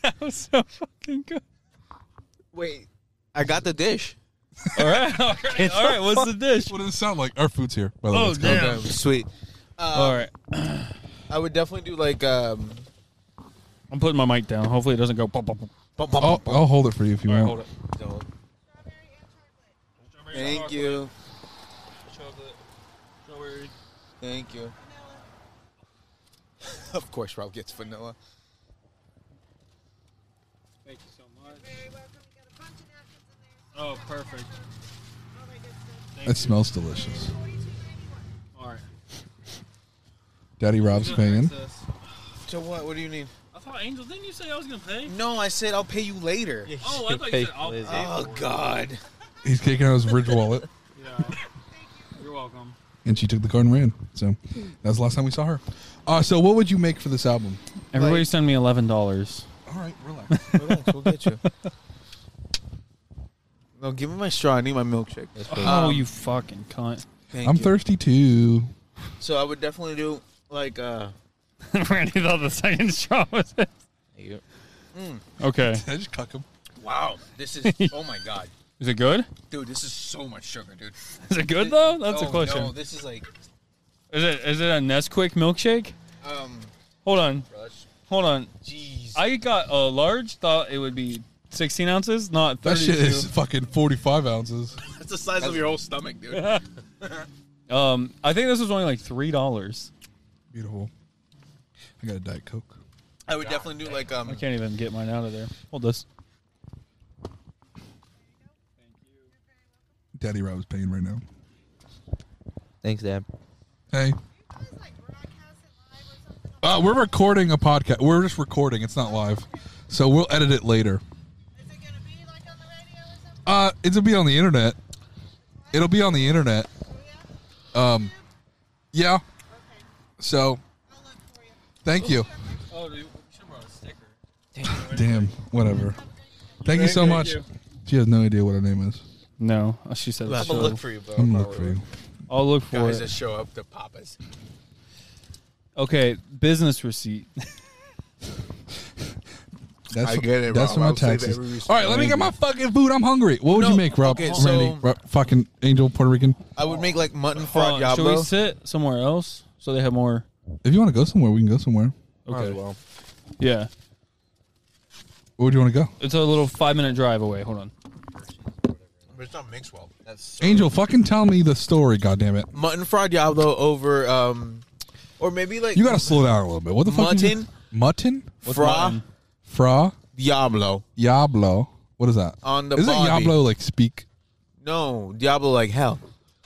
Speaker 4: that was so fucking good.
Speaker 3: Wait, I got the dish.
Speaker 4: All right, all right, all right. What's the dish?
Speaker 2: what does it sound like? Our food's here, by the way.
Speaker 4: Oh
Speaker 2: It's coming.
Speaker 4: damn!
Speaker 3: Sweet.
Speaker 4: All right,
Speaker 3: I would definitely do like um.
Speaker 4: I'm putting my mic down. Hopefully it doesn't go. Pop, pop, pop.
Speaker 3: bum, bum,
Speaker 4: Oh.
Speaker 2: I'll,
Speaker 3: bum.
Speaker 2: I'll hold it for you if you
Speaker 4: All right,
Speaker 2: want.
Speaker 4: hold
Speaker 3: Don't.
Speaker 4: it.
Speaker 3: Thank you. Thank you. of course, Rob gets vanilla.
Speaker 4: Thank you so much.
Speaker 7: Very welcome. You got a bunch of napkins in there. so
Speaker 4: Oh, perfect.
Speaker 7: All that good stuff.
Speaker 2: It smells delicious.
Speaker 7: Forty-two ninety-one.
Speaker 4: All right.
Speaker 2: Daddy Rob's paying.
Speaker 3: So what? What do you need?
Speaker 4: I thought Angel, didn't you say I was gonna pay?
Speaker 3: No, I said I'll pay you later.
Speaker 4: Oh, I thought you said I'll pay.
Speaker 3: Oh God.
Speaker 2: He's taking out his bridge wallet,
Speaker 4: You're welcome.
Speaker 2: and she took the card and ran. So that's the last time we saw her. Uh, so what would you make for this album?
Speaker 4: Everybody
Speaker 3: Like-
Speaker 4: send me eleven dollars.
Speaker 2: All right, relax.
Speaker 3: Relax, we'll get you. No, give me my straw. I need my milkshake. Um,
Speaker 4: Oh, you fucking cunt!
Speaker 3: Thank
Speaker 2: I'm
Speaker 3: you.
Speaker 2: thirsty too.
Speaker 3: So I would definitely do like uh.
Speaker 4: Randy thought the second straw was it.
Speaker 5: Thank you.
Speaker 4: Okay,
Speaker 2: I just cuck him.
Speaker 3: Wow, this is oh my God,
Speaker 4: is it good?
Speaker 3: dude, this is so much sugar, dude.
Speaker 4: Is it good though? That's a
Speaker 3: Oh,
Speaker 4: question.
Speaker 3: No, this is like
Speaker 4: Is it is it a Nesquik milkshake?
Speaker 3: um.
Speaker 4: Hold on,
Speaker 3: Rush.
Speaker 4: hold on.
Speaker 3: Jeez.
Speaker 4: I got a large. Thought it would be sixteen ounces, not
Speaker 2: That
Speaker 4: thirty-two.
Speaker 2: shit is fucking 45 ounces.
Speaker 3: That's the size of your whole stomach, dude.
Speaker 4: Um, I think this was only like three dollars.
Speaker 2: Beautiful. I got a Diet Coke.
Speaker 3: I would definitely do like um.
Speaker 4: I can't even get mine out of there. Hold this.
Speaker 2: Daddy Rob's paying right now.
Speaker 5: Thanks, Dad.
Speaker 2: Hey.
Speaker 7: It was like broadcast it live or something.
Speaker 2: Uh, we're recording a podcast. We're just recording. It's not live. So we'll edit it later.
Speaker 7: Is it gonna be like on the radio or something?
Speaker 2: Uh, it'll be on the internet. It'll be on the internet.
Speaker 7: Yeah.
Speaker 2: Um, yeah.
Speaker 7: Okay.
Speaker 2: So
Speaker 7: I'll look for you.
Speaker 2: thank you.
Speaker 4: Oh, dude, we should have brought a sticker.
Speaker 2: Damn. Whatever. Thank you so much. She has no idea what her name is.
Speaker 4: No, uh, she said.
Speaker 3: I'm
Speaker 4: show.
Speaker 3: gonna look for you, bro.
Speaker 2: I'm gonna look for you.
Speaker 4: I'll look for
Speaker 3: Guys
Speaker 4: it.
Speaker 3: that show up to Papa's.
Speaker 4: Okay, business receipt.
Speaker 2: That's
Speaker 3: I get it,
Speaker 2: That's
Speaker 3: Rob.
Speaker 2: for my
Speaker 3: I'll save
Speaker 2: taxes.
Speaker 3: every receipt.
Speaker 2: All right, let me get my fucking food. I'm hungry. What would
Speaker 3: No,
Speaker 2: you make, Rob?
Speaker 3: okay, so-
Speaker 2: Randy, Rob, fucking Angel, Puerto Rican.
Speaker 3: I would make like mutton
Speaker 4: Hold
Speaker 3: frog
Speaker 4: on, should Uh, we
Speaker 3: yablo.
Speaker 4: sit somewhere else so they have more?
Speaker 2: If you want to go somewhere, we can go somewhere.
Speaker 4: Okay.
Speaker 5: well.
Speaker 4: Yeah,
Speaker 2: Where do you want to go?
Speaker 4: it's a little five-minute drive away. Hold on.
Speaker 3: But it's not mixed well. That's
Speaker 2: Angel, fucking tell me the story. God damn it!
Speaker 3: mutton frog yablo over um, or maybe like
Speaker 2: You gotta slow down a little bit. What the fuck? did you- Mutton.
Speaker 3: Mutton? fra
Speaker 2: Fra.
Speaker 3: diablo.
Speaker 2: Diablo. What is that?
Speaker 3: On the
Speaker 2: Isn't
Speaker 3: Bobby.
Speaker 2: Diablo like speak?
Speaker 3: No, diablo like hell.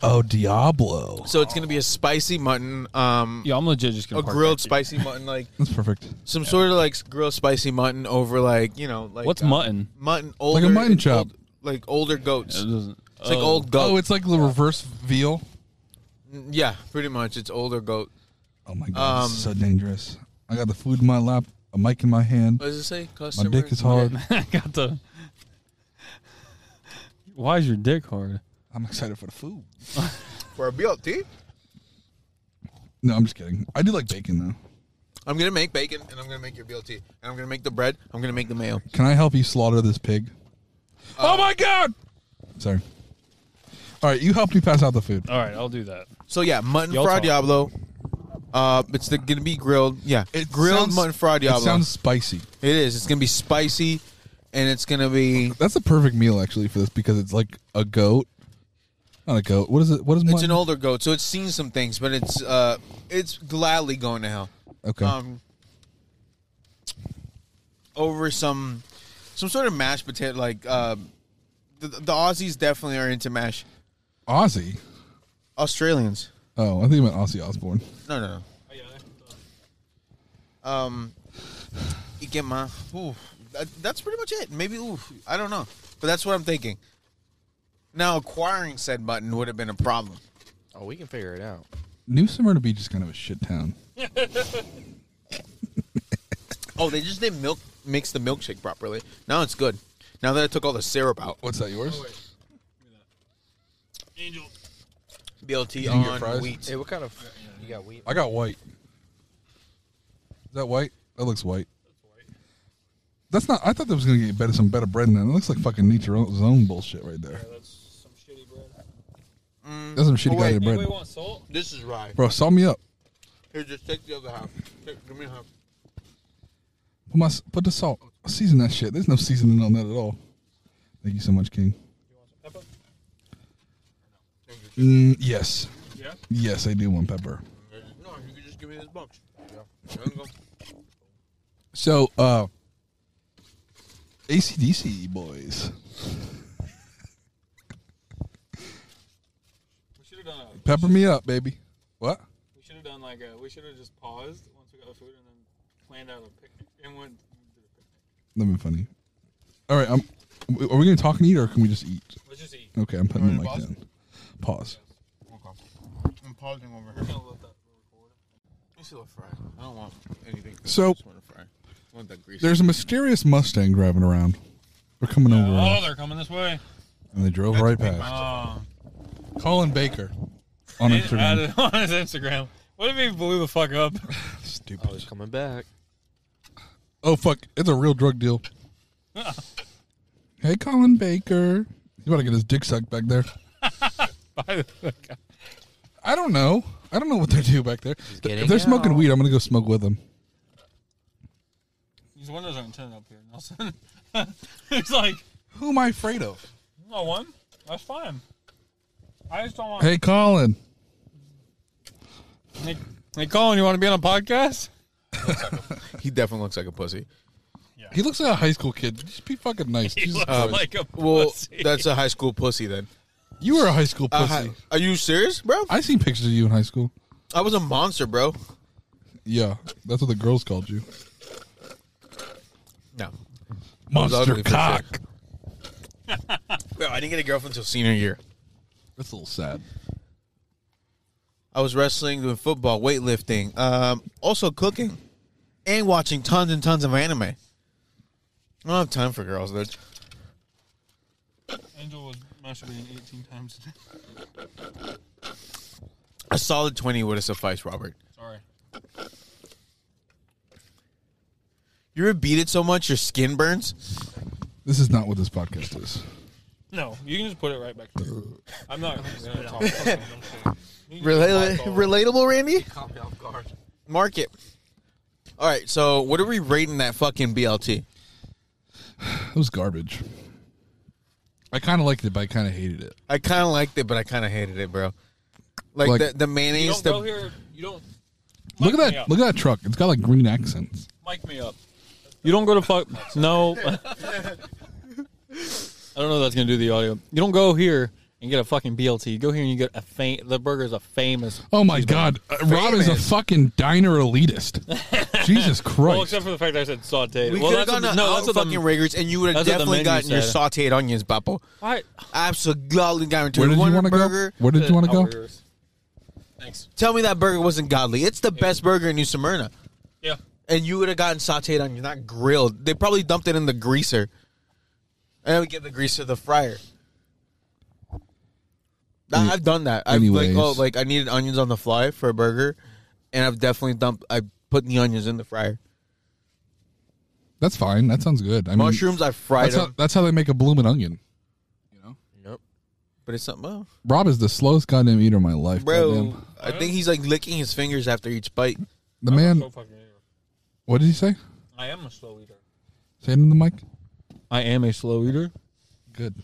Speaker 2: Oh, Diablo.
Speaker 3: So it's gonna be a spicy mutton, um,
Speaker 4: Yeah, I'm legit just gonna
Speaker 3: a
Speaker 4: park
Speaker 3: grilled
Speaker 4: back here.
Speaker 3: spicy mutton, like
Speaker 2: That's perfect.
Speaker 3: some sort of like grilled spicy mutton over like you know like
Speaker 4: What's
Speaker 3: uh,
Speaker 4: mutton?
Speaker 3: Mutton older,
Speaker 2: mutton chop.
Speaker 3: old- like older goats.
Speaker 4: It doesn't-
Speaker 3: It's like
Speaker 4: oh.
Speaker 3: old goat.
Speaker 2: Oh, it's like the reverse veal.
Speaker 3: yeah, pretty much. It's older goat.
Speaker 2: Oh my god,
Speaker 3: Um,
Speaker 2: it's so dangerous. I got the food in my lap, a mic in my hand.
Speaker 3: What does it say?
Speaker 2: My
Speaker 3: Customer.
Speaker 2: dick is hard.
Speaker 4: I got the. Why is your dick hard?
Speaker 2: I'm excited for the food.
Speaker 3: for a BLT.
Speaker 2: No, I'm just kidding. I do like bacon though.
Speaker 3: I'm gonna make bacon and I'm gonna make your BLT and I'm gonna make the bread. I'm gonna make the mayo.
Speaker 2: Can I help you slaughter this pig?
Speaker 3: Uh,
Speaker 2: oh my god! Sorry. All right, you helped me pass out the food.
Speaker 4: All right, I'll do that.
Speaker 3: So yeah, mutton
Speaker 4: Y'all
Speaker 3: fra
Speaker 4: talk.
Speaker 3: diablo. Uh, it's the, gonna be grilled. Yeah,
Speaker 2: It
Speaker 3: grilled
Speaker 2: sounds-
Speaker 3: mutton fra diablo.
Speaker 2: It sounds spicy.
Speaker 3: it is. It's gonna be spicy, and it's gonna be.
Speaker 2: That's a perfect meal actually for this because it's like a goat, not a goat. What is it? What is
Speaker 3: It's
Speaker 2: mutton?
Speaker 3: an older goat, so it's seen some things, but it's uh, it's gladly going to hell.
Speaker 2: okay.
Speaker 3: um, over some some sort of mashed potato. Like uh, the, the Aussies definitely are into mash.
Speaker 2: Aussie.
Speaker 3: Australians,
Speaker 2: Oh, I think you meant Aussie Osborne.
Speaker 3: no, no, no. Um, you get my. Ooh, that, that's pretty much it. Maybe ooh, I don't know, but that's what I'm thinking. Now, acquiring said button would have been a problem.
Speaker 5: Oh, we can figure it out.
Speaker 2: New Smyrna Beach is kind of a shit town.
Speaker 3: Oh, they just didn't milk mix the milkshake properly. Now it's good. Now that I took all the syrup out,
Speaker 2: What's that?
Speaker 4: Oh,
Speaker 2: Yours?
Speaker 4: Angel.
Speaker 3: BLT
Speaker 2: You can get
Speaker 3: on
Speaker 2: fries?
Speaker 3: wheat.
Speaker 5: Hey, what kind of you got wheat?
Speaker 2: I got white. Is that white? That looks white. That's not. I thought that was gonna get better, some better bread than that. It looks like fucking Nature's own bullshit right there.
Speaker 4: That's some shitty bread.
Speaker 2: That's some shitty
Speaker 3: Oh, wait.
Speaker 2: goddamn bread,
Speaker 4: Anybody want salt?
Speaker 3: This is rye.
Speaker 2: bro. Saw me up.
Speaker 3: Here, just take the other half. Take- give me half.
Speaker 2: Put my s- put the salt. Season that shit. There's no seasoning on that at all. Thank you so much, King. Mm, yes.
Speaker 4: Yeah.
Speaker 2: Yes, I do want pepper.
Speaker 3: No, you can just give me this box. Yeah. There you go.
Speaker 2: So, uh, ACDC boys.
Speaker 4: We should have done a.
Speaker 2: Pepper me up, baby. What?
Speaker 4: We should have done like a. We should have just paused once we got food and then planned out a picnic and went. to the picnic.
Speaker 2: That'd be funny. All right, I'm, are we gonna talk and eat, or can we just eat?
Speaker 4: Let's just eat.
Speaker 2: Okay, I'm putting the
Speaker 3: You
Speaker 2: mic
Speaker 3: want me to
Speaker 2: down. Pause.
Speaker 3: Okay. I'm pausing over here.
Speaker 4: We're gonna let that record.
Speaker 3: Let me see the fry. I don't want anything.
Speaker 2: So-
Speaker 3: I just want to fry. I want that grease.
Speaker 2: There's a mysterious Mustang driving around. They're coming over,
Speaker 4: Oh,
Speaker 2: us,
Speaker 4: they're coming this way.
Speaker 2: and they drove right past.
Speaker 4: Oh.
Speaker 2: Colin Baker on
Speaker 4: He
Speaker 2: Instagram.
Speaker 4: added on his Instagram. What if he blew the fuck up?
Speaker 5: Oh,
Speaker 2: Stupid.
Speaker 5: it's coming back.
Speaker 2: Oh fuck! It's a real drug deal. hey, Colin Baker. You want to get his dick sucked back there?
Speaker 4: By the
Speaker 2: I don't know. I don't know what they do back there.
Speaker 5: getting
Speaker 2: If they're smoking
Speaker 5: out.
Speaker 2: weed, I'm gonna go smoke with them.
Speaker 4: These windows aren't tinted up here, Nelson. He's like,
Speaker 2: Who am I afraid of?
Speaker 4: no one. That's fine. I just don't want.
Speaker 2: Hey, Colin.
Speaker 4: Hey, hey Colin, you want to be on a podcast?
Speaker 3: he definitely looks like a pussy.
Speaker 2: He looks like a high school kid. Just be fucking nice.
Speaker 4: He
Speaker 2: Jesus
Speaker 4: looks
Speaker 2: Christ.
Speaker 4: like a
Speaker 3: Well,
Speaker 4: pussy.
Speaker 3: that's a high school pussy then.
Speaker 2: You were a high school
Speaker 3: A
Speaker 2: pussy.
Speaker 3: hi- are you serious, bro?
Speaker 2: I seen pictures of you in high school.
Speaker 3: I was a monster, bro.
Speaker 2: Yeah, that's what the girls called you.
Speaker 3: No.
Speaker 2: Monster
Speaker 3: ugly for sure.
Speaker 2: cock.
Speaker 3: Bro, I didn't get a girlfriend until senior year.
Speaker 2: That's a little sad.
Speaker 3: I was wrestling, doing football, weightlifting, um, also cooking, and watching tons and tons of anime. I don't have time for girls, dude.
Speaker 4: Angel was masturbating 18 times today.
Speaker 3: A solid 20 would have sufficed, Robert.
Speaker 4: Sorry.
Speaker 3: You repeat it so much, your skin burns.
Speaker 2: This is not what this podcast is.
Speaker 4: No, you can just put it right back. there. I'm not going to talk about them.
Speaker 3: Relate- relatable, Randy?
Speaker 5: Caught me off guard.
Speaker 3: Mark it. All right, so what are we rating that fucking BLT?
Speaker 2: It was garbage. I kind of liked it, but I kind of hated it.
Speaker 3: I kind of liked it, but I kind of hated it, bro. Like,
Speaker 2: Like-
Speaker 3: the, the
Speaker 4: You
Speaker 3: mayonnaise,
Speaker 4: don't go
Speaker 3: the,
Speaker 4: here. You don't.
Speaker 2: Look
Speaker 4: Mic
Speaker 2: at
Speaker 4: me
Speaker 2: that!
Speaker 4: up.
Speaker 2: Look at that truck. It's got like green accents.
Speaker 4: Mic me up. You don't go to fuck. No. I don't know if that's going to do the audio. You don't go here and get a fucking BLT. You go here and you get a fame. The burger's a famous.
Speaker 2: Oh my god, uh, Rob is a
Speaker 3: Famous.
Speaker 2: fucking diner elitist. Jesus
Speaker 4: Well,
Speaker 2: Christ!
Speaker 4: except for the fact that I said sauteed.
Speaker 3: we
Speaker 4: well,
Speaker 3: could have
Speaker 4: that's
Speaker 3: gotten
Speaker 4: what,
Speaker 3: a
Speaker 4: no,
Speaker 3: no,
Speaker 4: that's what
Speaker 3: fucking
Speaker 4: the,
Speaker 3: Rager's, and you would have
Speaker 4: that's what the
Speaker 3: definitely
Speaker 4: menu
Speaker 3: gotten your
Speaker 4: said.
Speaker 3: sauteed onions, Papo.
Speaker 4: Why?
Speaker 3: Absolutely guaranteed.
Speaker 2: Where did you
Speaker 3: Wonder
Speaker 2: want to go?
Speaker 3: Burger-
Speaker 2: Where did you want to go?
Speaker 4: Outburgers. Thanks.
Speaker 3: Tell me that burger wasn't godly. It's the best burger in New Smyrna.
Speaker 4: Yeah.
Speaker 3: And you would have gotten sauteed on you, not grilled. They probably dumped it in the greaser. And I would get the greaser, the fryer. I- I've done that. I've
Speaker 2: Mm. Anyways.
Speaker 3: like oh like I needed onions on the fly for a burger and I've definitely dumped I put the onions in the fryer.
Speaker 2: That's fine. That sounds good. I mean,
Speaker 3: Mushrooms I fried
Speaker 2: That's how,
Speaker 3: them,
Speaker 2: that's how they make a bloomin' onion.
Speaker 5: Nope.
Speaker 3: but it's something else.
Speaker 2: Rob is the slowest goddamn eater in my life,
Speaker 3: Bro,
Speaker 2: goddamn.
Speaker 3: I think he's like licking his fingers after each bite.
Speaker 2: The
Speaker 4: I'm a
Speaker 2: man.
Speaker 4: slow fucking eater.
Speaker 2: What did he say?
Speaker 4: I am a slow eater.
Speaker 2: Say it in the mic.
Speaker 4: I am a slow eater.
Speaker 2: Good.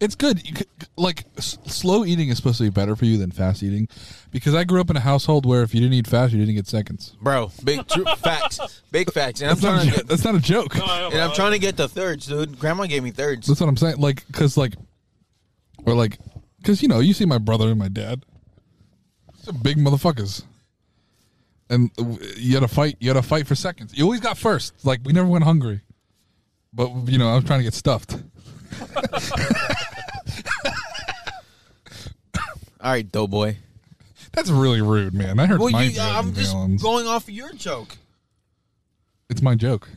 Speaker 2: It's good. You could, like s- slow eating is supposed to be better for you than fast eating, because I grew up in a household where if you didn't eat fast, you didn't get seconds.
Speaker 3: Bro, big true facts. Big facts. And I'm
Speaker 2: That's not,
Speaker 3: trying
Speaker 2: a,
Speaker 3: to
Speaker 2: jo-
Speaker 3: get
Speaker 2: that's not a joke.
Speaker 3: and I'm trying to get the thirds, dude. Grandma gave me thirds.
Speaker 2: That's what I'm saying. Like, cause like, or like, cause you know, you see my brother and my dad, they're big motherfuckers, and uh, w- you had to fight. You had to fight for seconds. You always got first. Like we never went hungry, but you know, I was trying to get stuffed.
Speaker 3: All right, Doughboy.
Speaker 2: That's really rude, man. I heard
Speaker 3: Well,
Speaker 2: my
Speaker 3: you, I'm
Speaker 2: I'm
Speaker 3: just going off your joke.
Speaker 2: It's my joke.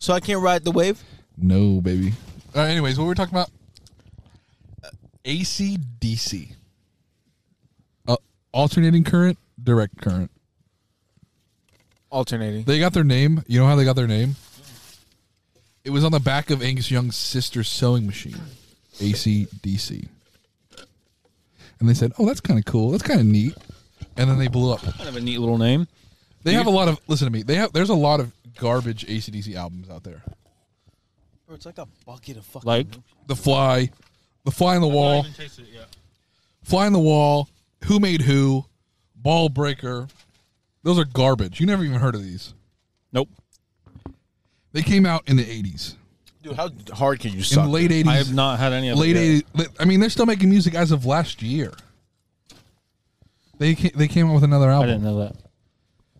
Speaker 3: So I can't ride the wave.
Speaker 2: No, baby. Uh, anyways, what were we talking about? Uh, ACDC. Uh, alternating current, direct current.
Speaker 6: Alternating.
Speaker 2: They got their name. You know how they got their name? It was on the back of Angus Young's sister's sewing machine, ACDC. And they said, "Oh, that's kind of cool. That's kind of neat." And then they blew up.
Speaker 4: Kind of a neat little name.
Speaker 2: They have a lot of listen to me. They have there's a lot of garbage ACDC albums out there.
Speaker 3: Bro, it's like a bucket of fucking.
Speaker 4: Like
Speaker 2: The Fly, The Fly on the Wall, Fly on the Wall, Who Made Who, Ball Breaker. Those are garbage. You never even heard of these.
Speaker 4: nope.
Speaker 2: They came out in the 80s.
Speaker 3: dude, how hard can you
Speaker 2: In the
Speaker 3: suck?
Speaker 2: late 80s.
Speaker 4: I have not had any of
Speaker 2: late
Speaker 4: it yet.
Speaker 2: 80s. li- I mean, they're still making music as of last year. They came, they came out with another
Speaker 4: I
Speaker 2: album.
Speaker 4: didn't know that.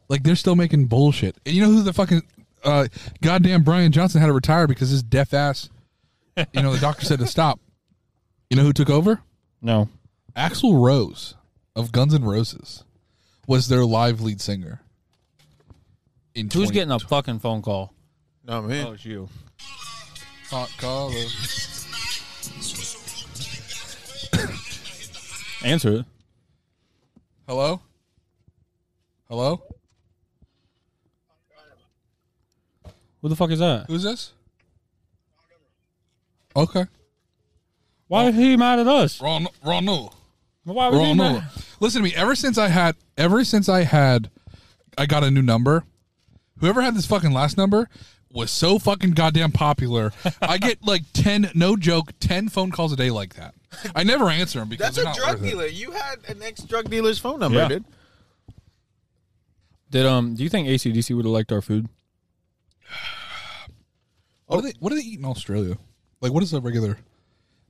Speaker 2: Like they're still making bullshit. And you know who the fucking uh, goddamn Brian Johnson had to retire because his deaf ass. You know the doctor said to stop. You know who took over?
Speaker 4: No.
Speaker 2: Axl Rose of Guns N' Roses was their live lead singer. In 20
Speaker 4: Who's getting a fucking phone call?
Speaker 3: No
Speaker 2: Oh,
Speaker 3: man.
Speaker 4: Oh, it's you.
Speaker 2: Hot collar.
Speaker 4: Answer it.
Speaker 2: Hello? Hello?
Speaker 4: Who the fuck is that?
Speaker 2: Who's this? Okay.
Speaker 4: Why is he mad at us?
Speaker 2: Ron Ronald.
Speaker 4: Why was he
Speaker 2: Ron
Speaker 4: mad?
Speaker 2: Listen to me. Ever since I had, ever since I had, I got a new number. Whoever had this fucking last number was so fucking goddamn popular. I get like ten, no joke, ten phone calls a day like that. I never answer them because
Speaker 3: That's
Speaker 2: they're
Speaker 3: a
Speaker 2: not
Speaker 3: drug
Speaker 2: worth it.
Speaker 3: dealer. You had an ex drug dealer's phone number,
Speaker 4: Yeah.
Speaker 3: dude.
Speaker 4: Did um? Do you think ACDC would have liked our food?
Speaker 2: What do they What do they eat in Australia? Like, what is a regular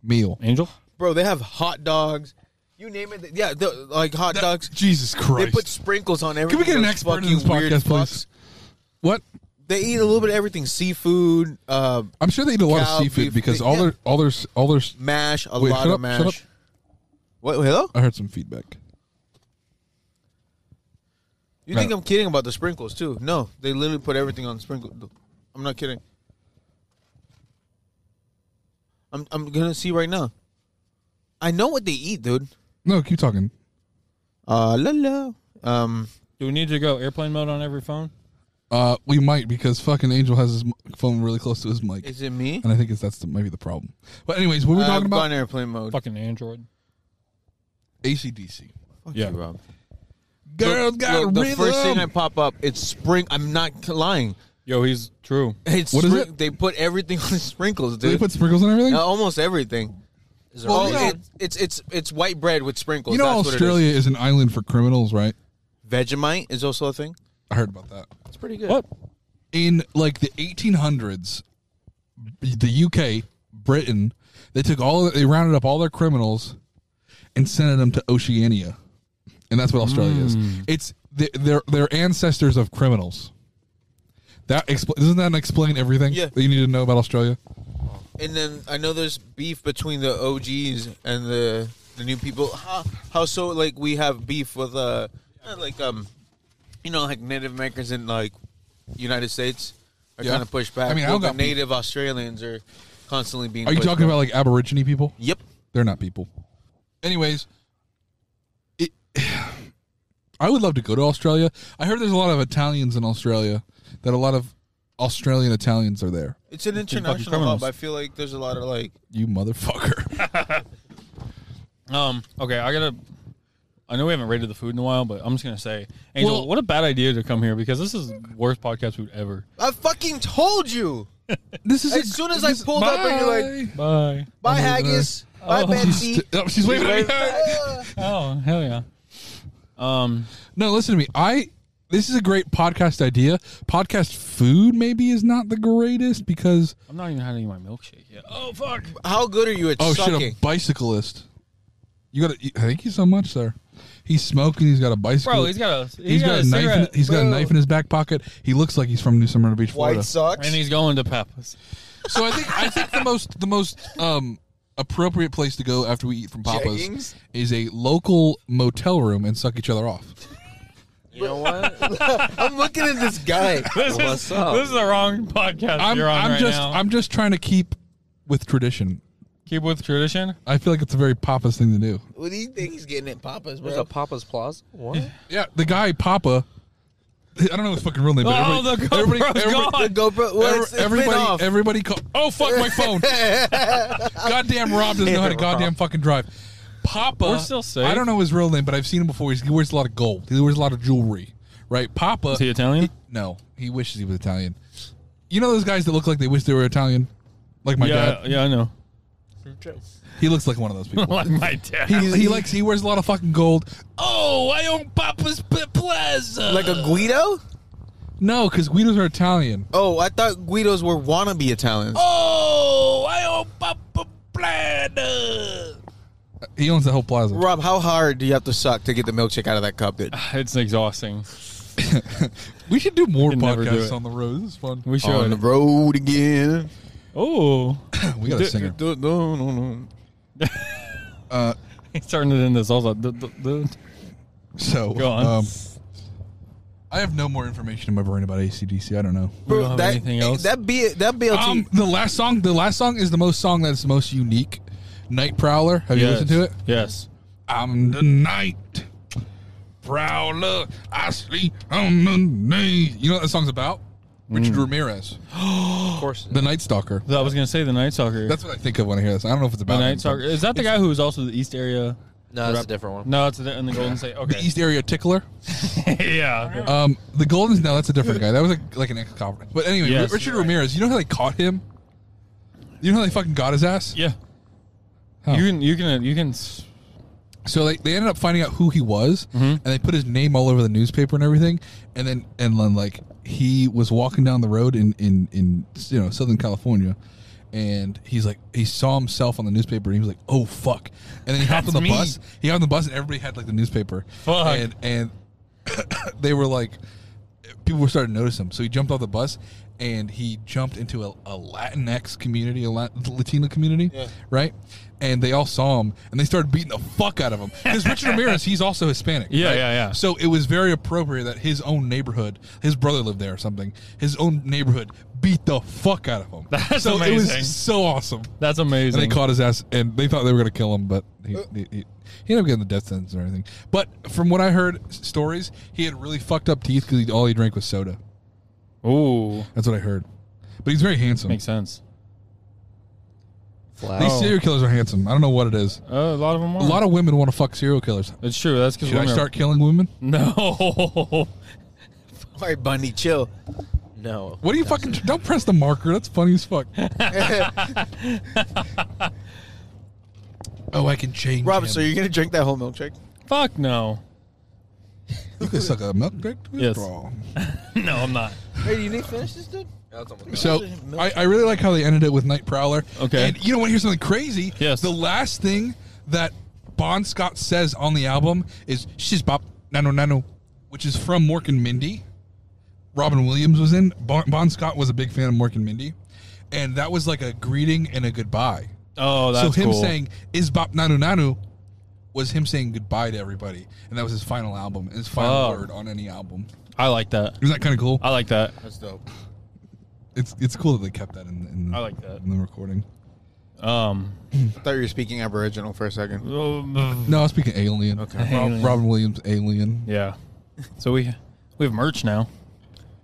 Speaker 2: meal?
Speaker 4: Angel?
Speaker 3: Bro, they have hot dogs. You name it. Yeah, the- like hot dogs.
Speaker 2: Jesus
Speaker 3: They
Speaker 2: Christ!
Speaker 3: put sprinkles on everything.
Speaker 2: get an
Speaker 3: those
Speaker 2: expert in
Speaker 3: fucking
Speaker 2: this podcast,
Speaker 3: weird fucks.
Speaker 2: please? what?
Speaker 3: They eat a little bit of everything: seafood, uh,
Speaker 2: I'm sure they eat a lot
Speaker 3: Cow,
Speaker 2: of seafood
Speaker 3: beef,
Speaker 2: because
Speaker 3: yeah.
Speaker 2: all their all their all their.
Speaker 3: mash, a
Speaker 2: Wait,
Speaker 3: lot
Speaker 2: shut
Speaker 3: of
Speaker 2: up, shut
Speaker 3: mash. What? Hello?
Speaker 2: I heard some feedback.
Speaker 3: You think
Speaker 2: Right.
Speaker 3: I'm kidding about the sprinkles too? No, they literally put everything on sprinkle. I'm not kidding. I'm I'm gonna see right now. I know what they eat, dude.
Speaker 2: No, keep talking.
Speaker 3: Uh, la la. Um,
Speaker 4: Do we need to go airplane mode on every phone?
Speaker 2: Uh, we might because fucking Angel has his m- phone really close to his mic,
Speaker 3: is it me?
Speaker 2: and I think it's that's the, maybe the problem. But anyways, what were we
Speaker 3: I've
Speaker 2: talking about?
Speaker 3: gone airplane mode.
Speaker 4: Fucking Android.
Speaker 2: ACDC.
Speaker 3: Fuck
Speaker 4: yeah.
Speaker 3: you, Rob.
Speaker 2: Girls got
Speaker 3: Look, the
Speaker 2: rhythm.
Speaker 3: first thing I pop up, it's spring. I'm not lying.
Speaker 4: Yo, he's true.
Speaker 3: It's
Speaker 2: What is
Speaker 3: sprin-
Speaker 2: it?
Speaker 3: They put everything on the sprinkles,
Speaker 2: Do
Speaker 3: dude.
Speaker 2: they put sprinkles on everything?
Speaker 3: Uh, almost everything.
Speaker 5: Is there
Speaker 3: Oh,
Speaker 5: a-
Speaker 3: it, it's it's it's white bread with sprinkles.
Speaker 2: you know,
Speaker 3: That's What it
Speaker 2: Australia is. an island for criminals, right?
Speaker 3: is. Vegemite is also a thing.
Speaker 2: I heard about that.
Speaker 5: it's pretty good.
Speaker 4: What?
Speaker 2: In like the 1800s, the UK, Britain, they took all they rounded up all their criminals and sent them to Oceania, and that's what Australia is. It's the, they're they're ancestors of criminals. That expl- doesn't that explain everything
Speaker 3: Yeah.
Speaker 2: that you need to know about Australia?
Speaker 3: And then I know there's beef between the OGs and the the new people. How, how so? Like we have beef with uh uh, like um you know like Native Americans in like United States are
Speaker 2: Yeah.
Speaker 3: trying to push back.
Speaker 2: I mean, I
Speaker 3: Well,
Speaker 2: don't
Speaker 3: the
Speaker 2: got beef.
Speaker 3: Native Australians are constantly being.
Speaker 2: Are you
Speaker 3: pushed
Speaker 2: talking
Speaker 3: back.
Speaker 2: about like Aborigine people?
Speaker 3: Yep.
Speaker 2: They're not people. Anyways, it, I would love to go to Australia. I heard there's a lot of Italians in Australia. That a lot of Australian Italians are there.
Speaker 3: It's an
Speaker 4: fucking
Speaker 3: international hub.
Speaker 4: criminals.
Speaker 3: I feel like there's a lot of like
Speaker 2: You motherfucker.
Speaker 4: Um. Okay, I gotta. I know we haven't rated the food in a while, but I'm just gonna say, Angel,
Speaker 2: Well-
Speaker 4: what a bad idea to come here because this is the worst podcast food ever.
Speaker 3: I fucking told you.
Speaker 2: This is
Speaker 3: As soon as I pulled up and you're like-
Speaker 4: Bye.
Speaker 3: Bye
Speaker 2: Oh,
Speaker 3: haggis. Bye
Speaker 4: Oh.
Speaker 3: Betsy.
Speaker 2: Oh, she's waving at me.
Speaker 4: Oh hell yeah. Um.
Speaker 2: No, listen to me. I this is a great podcast idea. Podcast food maybe is not the greatest because
Speaker 4: I'm not even having any of my milkshake yet. Oh fuck.
Speaker 3: How good are you at
Speaker 2: oh
Speaker 3: sucking?
Speaker 2: shit, a bicyclist. You got to thank you so much, sir. He's smoking. He's got a bicycle.
Speaker 4: Bro, he's got a
Speaker 2: he's got, a, knife. In,
Speaker 4: cigarette.
Speaker 2: he's got a
Speaker 3: Bro.
Speaker 2: knife in his back pocket. He looks like he's from New Smyrna Beach, Florida.
Speaker 3: White socks.
Speaker 4: and he's going to Papa's.
Speaker 2: So I think I think the most the most um appropriate place to go after we eat from Papa's
Speaker 3: Jeggings?
Speaker 2: is a local motel room and suck each other off.
Speaker 5: You know what?
Speaker 3: I'm looking at this guy.
Speaker 4: This
Speaker 5: What's
Speaker 4: is,
Speaker 5: up?
Speaker 4: this is the wrong podcast
Speaker 2: I'm,
Speaker 4: you're on
Speaker 2: I'm
Speaker 4: right
Speaker 2: just
Speaker 4: now.
Speaker 2: I'm just trying to keep with tradition.
Speaker 4: Keep with tradition.
Speaker 2: I feel like it's a very Papa's thing to do.
Speaker 3: what do you think he's getting at Papa's,
Speaker 5: There's
Speaker 3: bro?
Speaker 5: a Papa's Plaza. What?
Speaker 2: Yeah, the guy Papa. I don't know his fucking real name. But
Speaker 4: Oh, the
Speaker 2: everybody, everybody,
Speaker 4: GoPro's
Speaker 2: everybody,
Speaker 4: gone.
Speaker 3: GoPro. Well, it's, it's
Speaker 2: everybody,
Speaker 3: been off.
Speaker 2: everybody, call, oh fuck my phone! goddamn Uh, Rob doesn't know how to goddamn fucking drive. Papa,
Speaker 4: We're still safe.
Speaker 2: I don't know his real name, but I've seen him before. He's, he wears a lot of gold. He wears a lot of jewelry, right? Papa,
Speaker 4: Is he Italian?
Speaker 2: no, he wishes he was Italian. You know those guys that look like they wish they were Italian, like my
Speaker 4: yeah,
Speaker 2: dad.
Speaker 4: yeah, I know.
Speaker 2: He looks like one of those people.
Speaker 4: Like my dad.
Speaker 2: He, he likes he wears a lot of fucking gold. Oh, I own Papa's P- Plaza.
Speaker 3: like a Guido?
Speaker 2: no, because Guidos are Italian.
Speaker 3: Oh, I thought Guidos were wannabe Italians.
Speaker 2: Oh, I own Papa Plaza. He owns the whole plaza.
Speaker 3: Rob, how hard do you have to suck to get the milkshake out of that cup, dude?
Speaker 4: it's exhausting.
Speaker 2: We should do more
Speaker 4: Can never do
Speaker 2: podcasts
Speaker 4: it.
Speaker 2: on the road. This is fun.
Speaker 4: We
Speaker 3: On the
Speaker 4: should.
Speaker 3: road again.
Speaker 4: Oh,
Speaker 2: we got a singer.
Speaker 3: Du- du- du-
Speaker 2: Uh,
Speaker 4: he's turning it into salsa. D- d- d-
Speaker 2: so,
Speaker 4: Go on.
Speaker 2: um, I have no more information in my brain about ACDC. I don't know.
Speaker 4: We don't
Speaker 3: Bro,
Speaker 4: have
Speaker 3: that, eh,
Speaker 4: anything else.
Speaker 3: That, B, that BLT.
Speaker 2: Um, the last song, the last song is the most song that's the most unique. Night Prowler. Have you
Speaker 4: Yes.
Speaker 2: listened to it?
Speaker 4: Yes.
Speaker 2: I'm the night prowler. I sleep on the night. You know what that song's about?
Speaker 4: Mm.
Speaker 2: Richard Ramirez,
Speaker 5: Of course.
Speaker 2: the Night Stalker.
Speaker 4: I was gonna say the Night Stalker.
Speaker 2: That's what I think of when I hear this. I don't know if it's about
Speaker 4: the
Speaker 2: him,
Speaker 4: Night
Speaker 2: but
Speaker 4: Stalker. Is that the guy who was also the East Area?
Speaker 5: No, that's a different one.
Speaker 4: No, it's the, in the Golden State.
Speaker 2: The
Speaker 4: Okay.
Speaker 2: East Area Tickler.
Speaker 4: yeah.
Speaker 2: Um, the Goldens. No, that's a different guy. That was a, like an ex conference. But anyway,
Speaker 4: Yes,
Speaker 2: Richard
Speaker 4: you're right.
Speaker 2: Ramirez. You know how they caught him? You know how they fucking got his ass?
Speaker 4: Yeah.
Speaker 2: Huh.
Speaker 4: You can. You can. You can. s-
Speaker 2: So they, they ended up finding out who he was,
Speaker 4: Mm-hmm.
Speaker 2: and they put his name all over the newspaper and everything. And then and then like he was walking down the road in in in you know Southern California, and he's like he saw himself on the newspaper and he was like oh fuck, and then he hopped on
Speaker 4: That's
Speaker 2: the
Speaker 4: me.
Speaker 2: bus. He hopped on the bus and everybody had like the newspaper.
Speaker 4: Fuck.
Speaker 2: And and they were like people were starting to notice him. So he jumped off the bus and he jumped into a, a Latinx community, a Lat- Latino community, right? And they all saw him and they started beating the fuck out of him. Because Richard Ramirez, he's also Hispanic.
Speaker 4: Yeah,
Speaker 2: right?
Speaker 4: yeah, yeah.
Speaker 2: So it was very appropriate that his own neighborhood, his brother lived there or something, his own neighborhood beat the fuck out of him.
Speaker 4: That's
Speaker 2: so it
Speaker 4: amazing.
Speaker 2: was so awesome.
Speaker 4: That's
Speaker 2: And
Speaker 4: amazing.
Speaker 2: they caught his ass, and they thought they were going to kill him, but
Speaker 4: Uh.
Speaker 2: he, he, he, he ended up getting the death sentence or anything. But from what I heard s- stories, he had really fucked up teeth because all he drank was soda.
Speaker 4: Ooh,
Speaker 2: That's what I heard. But he's very handsome.
Speaker 4: makes sense.
Speaker 2: These
Speaker 5: Flat.
Speaker 4: Oh.
Speaker 2: serial killers are handsome. I don't know what it is.
Speaker 4: Uh, a lot of them. Are.
Speaker 2: A lot of women want to fuck serial killers.
Speaker 4: It's true. That's because
Speaker 2: Should I start killing women?
Speaker 4: No.
Speaker 3: All right, Bundy, chill.
Speaker 5: No.
Speaker 2: What do you fucking? Don't press the marker. That's funny as fuck. oh, I can change.
Speaker 3: Rob,
Speaker 2: him.
Speaker 3: so you're going to drink that whole milkshake?
Speaker 4: Fuck no.
Speaker 2: you could suck a milk dick. to
Speaker 4: Yes.
Speaker 2: withdraw.
Speaker 4: No, I'm not.
Speaker 3: Hey, do you need to finish this, dude?
Speaker 5: That's almost-
Speaker 2: So I, I really like how they ended it with Night Prowler.
Speaker 4: Okay.
Speaker 2: And you know what? Here's something crazy.
Speaker 4: Yes.
Speaker 2: The last thing that Bon Scott says on the album is "She's Bop Nano Nano," which is from Mork and Mindy. Robin Williams was in. Bon, bon Scott was a big fan of Mork and Mindy, and that was like a greeting and a goodbye.
Speaker 4: Oh, that's
Speaker 2: so him
Speaker 4: cool.
Speaker 2: saying "Is Bop Nanu Nanu" was him saying goodbye to everybody, and that was his final album, his final
Speaker 4: Oh.
Speaker 2: word on any album.
Speaker 4: I like that.
Speaker 2: Isn't that kind of cool?
Speaker 4: I like that.
Speaker 3: That's dope.
Speaker 2: It's it's cool that they kept that in, in,
Speaker 4: I like that.
Speaker 2: in the recording.
Speaker 4: Um.
Speaker 3: I thought you were speaking Aboriginal for a second.
Speaker 2: No, I was speaking alien. Okay.
Speaker 4: Alien.
Speaker 2: Robin Williams, alien.
Speaker 4: Yeah. So we we have merch now.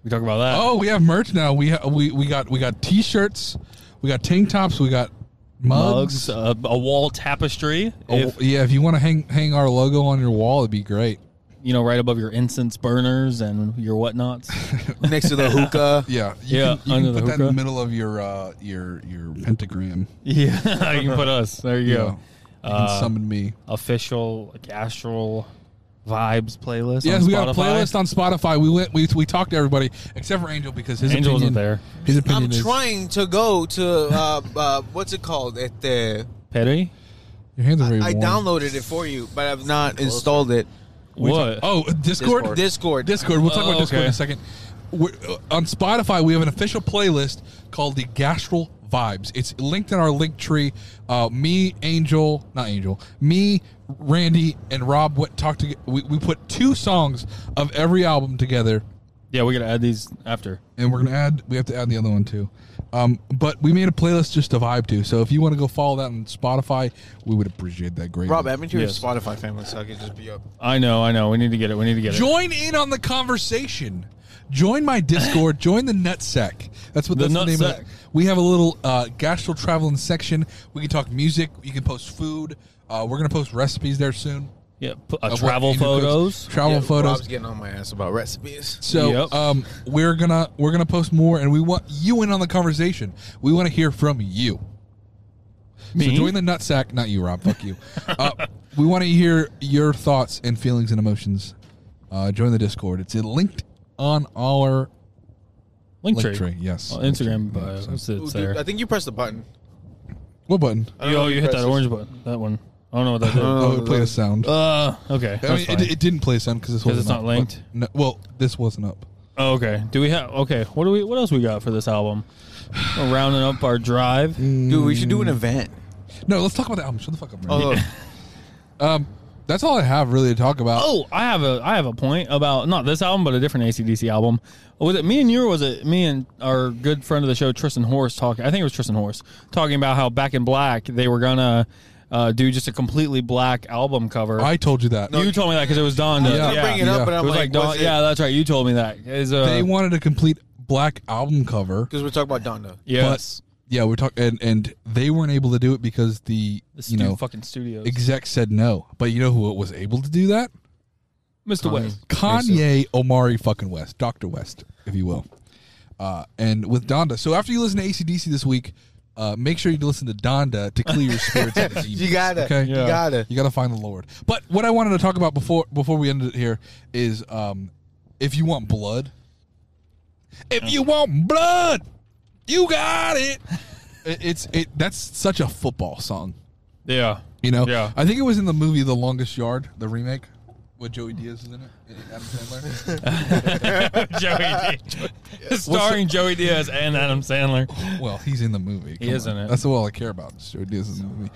Speaker 4: We talk about that.
Speaker 2: Oh, we have merch now. We ha- we we got we got t-shirts, we got tank tops, we got mugs.
Speaker 4: mugs, a, a wall tapestry.
Speaker 2: Oh,
Speaker 4: if,
Speaker 2: yeah, if you want to hang hang our logo on your wall, it'd be great.
Speaker 4: you know, right above your incense burners and your whatnots.
Speaker 3: Next to the hookah.
Speaker 2: Yeah, you
Speaker 4: Yeah,
Speaker 2: Can, you
Speaker 4: under
Speaker 2: can
Speaker 4: the
Speaker 2: put that in the
Speaker 4: hookah.
Speaker 2: middle of your uh, your your pentagram.
Speaker 4: yeah, Uh, you can put us. There you
Speaker 2: You
Speaker 4: go.
Speaker 2: can summon me.
Speaker 4: Official Astral Vibes playlist.
Speaker 2: Yes,
Speaker 4: on
Speaker 2: we got a
Speaker 4: Spotify.
Speaker 2: playlist on Spotify. We went we, we talked to everybody except for Angel because his
Speaker 4: Angel
Speaker 2: opinion,
Speaker 4: wasn't there.
Speaker 2: His opinion
Speaker 3: I'm
Speaker 2: is
Speaker 3: trying to go to, uh, uh, what's it called? At the,
Speaker 4: Petty.
Speaker 2: your hands are very
Speaker 3: I
Speaker 2: warm.
Speaker 3: downloaded it for you, but I've not installed it.
Speaker 2: We
Speaker 4: What?
Speaker 2: talk- oh, Discord.
Speaker 5: Discord.
Speaker 3: Discord.
Speaker 2: Discord. We'll talk
Speaker 4: Oh,
Speaker 2: about Discord in
Speaker 4: okay.
Speaker 2: a second. We're, uh, on Spotify, we have an official playlist called the Gastral vibes. It's linked in our link tree. Uh, me, Angel, not Angel, me, Randy, and Rob went talked to. We, we put two songs of every album together,
Speaker 4: Yeah, we gotta add these after.
Speaker 2: and we're gonna add. We have to add the other one too. Um, but we made a playlist just to vibe to. So if you want to go follow that on Spotify, we would appreciate that greatly.
Speaker 3: Rob, I'm into your
Speaker 4: Yes.
Speaker 3: Spotify family, so I could just be up.
Speaker 4: I know, I know. We need to get it. We need to get it.
Speaker 2: Join in on the conversation. Join my Discord. join the Nutsack. That's what
Speaker 4: The
Speaker 2: that's the name of
Speaker 4: Nutsack.
Speaker 2: it. We have a little uh, gastro traveling section. We can talk music. You can post food. Uh, we're gonna post recipes there soon.
Speaker 4: Yeah, p- uh,
Speaker 2: of what
Speaker 4: travel
Speaker 2: Andrew cooks.
Speaker 4: photos.
Speaker 2: Travel
Speaker 3: Yeah,
Speaker 2: photos.
Speaker 3: Rob's getting on my ass about recipes.
Speaker 2: So
Speaker 4: Yep.
Speaker 2: um, we're gonna we're gonna post more, and we want you in on the conversation. We want to hear from you. So
Speaker 4: Me?
Speaker 2: join the nutsack, not you, Rob. Fuck you. Uh, we want to hear your thoughts and feelings and emotions. Uh, join the Discord. It's linked on our
Speaker 4: Link
Speaker 2: link
Speaker 4: tree.
Speaker 2: tree. Yes,
Speaker 4: Well,
Speaker 2: Link
Speaker 4: Instagram
Speaker 2: tree.
Speaker 4: bio.
Speaker 2: Yeah, so-
Speaker 4: It's,
Speaker 3: Ooh,
Speaker 4: it's
Speaker 3: dude,
Speaker 4: there.
Speaker 3: I think you pressed the button.
Speaker 2: What button?
Speaker 3: I don't
Speaker 4: You-
Speaker 3: know
Speaker 4: oh,
Speaker 3: if
Speaker 4: you hit
Speaker 3: pressed
Speaker 4: that
Speaker 3: this.
Speaker 4: orange button. That one. I don't know what that did.
Speaker 2: Oh, it played a sound.
Speaker 4: Uh, okay.
Speaker 2: I mean,
Speaker 4: that's
Speaker 2: it,
Speaker 4: fine.
Speaker 2: it didn't play a sound because this
Speaker 4: 'Cause
Speaker 2: wasn't
Speaker 4: it's not
Speaker 2: up,
Speaker 4: linked?
Speaker 2: but No, well, this wasn't up.
Speaker 4: Oh, okay. Do we have okay? What do we? What else we got for this album? We're rounding up our drive.
Speaker 3: Dude, we should do an event.
Speaker 2: No, let's talk about the album. Shut the fuck up. Randy.
Speaker 4: Uh,
Speaker 3: Oh,
Speaker 2: Um, that's all I have really to talk about.
Speaker 4: Oh, I have a I have a point about not this album, but a different ACDC album. Was it me and you, or was it me and our good friend of the show Tristan Horse talking? I think it was Tristan Horse talking about how Back in Black they were gonna uh, do just a completely black album cover.
Speaker 2: I told you that.
Speaker 4: you told me that because it was Don.
Speaker 3: I
Speaker 2: Yeah.
Speaker 3: was gonna bring it up,
Speaker 2: Yeah.
Speaker 3: but
Speaker 4: It
Speaker 3: I'm
Speaker 4: was
Speaker 3: like,
Speaker 4: like, Don- yeah, that's right. You told me that. Is, uh,
Speaker 2: they wanted a complete black album cover.
Speaker 3: because we're talking about Donda.
Speaker 4: yes,
Speaker 2: Yeah, we're talking, and, and they weren't able to do it because the,
Speaker 4: the stu-
Speaker 2: you know
Speaker 4: fucking studios,
Speaker 2: exec said no. But you know who was able to do that?
Speaker 4: Mr. West.
Speaker 2: Kanye Omari fucking West, Doctor West, if you will. Uh, and with Donda. So after you listen to ACDC this week, uh, make sure you listen to Donda to clear your spirits. and demons,
Speaker 3: You gotta,
Speaker 2: okay?
Speaker 3: you gotta.
Speaker 2: You got to find the Lord. But what I wanted to talk about before before we end it here is um, if you want blood, if you want blood, you got it. It- It's it. That's such a football song.
Speaker 4: Yeah,
Speaker 2: You know.
Speaker 4: Yeah.
Speaker 2: I think it was in the movie The Longest Yard, the remake, with Joey Diaz is in it. and Adam Sandler.
Speaker 4: Joey Diaz, starring Joey Diaz and Adam Sandler.
Speaker 2: well, he's in the movie.
Speaker 4: He
Speaker 2: Come
Speaker 4: is
Speaker 2: on.
Speaker 4: in it.
Speaker 2: That's all I care about. is Joey Diaz is in the movie.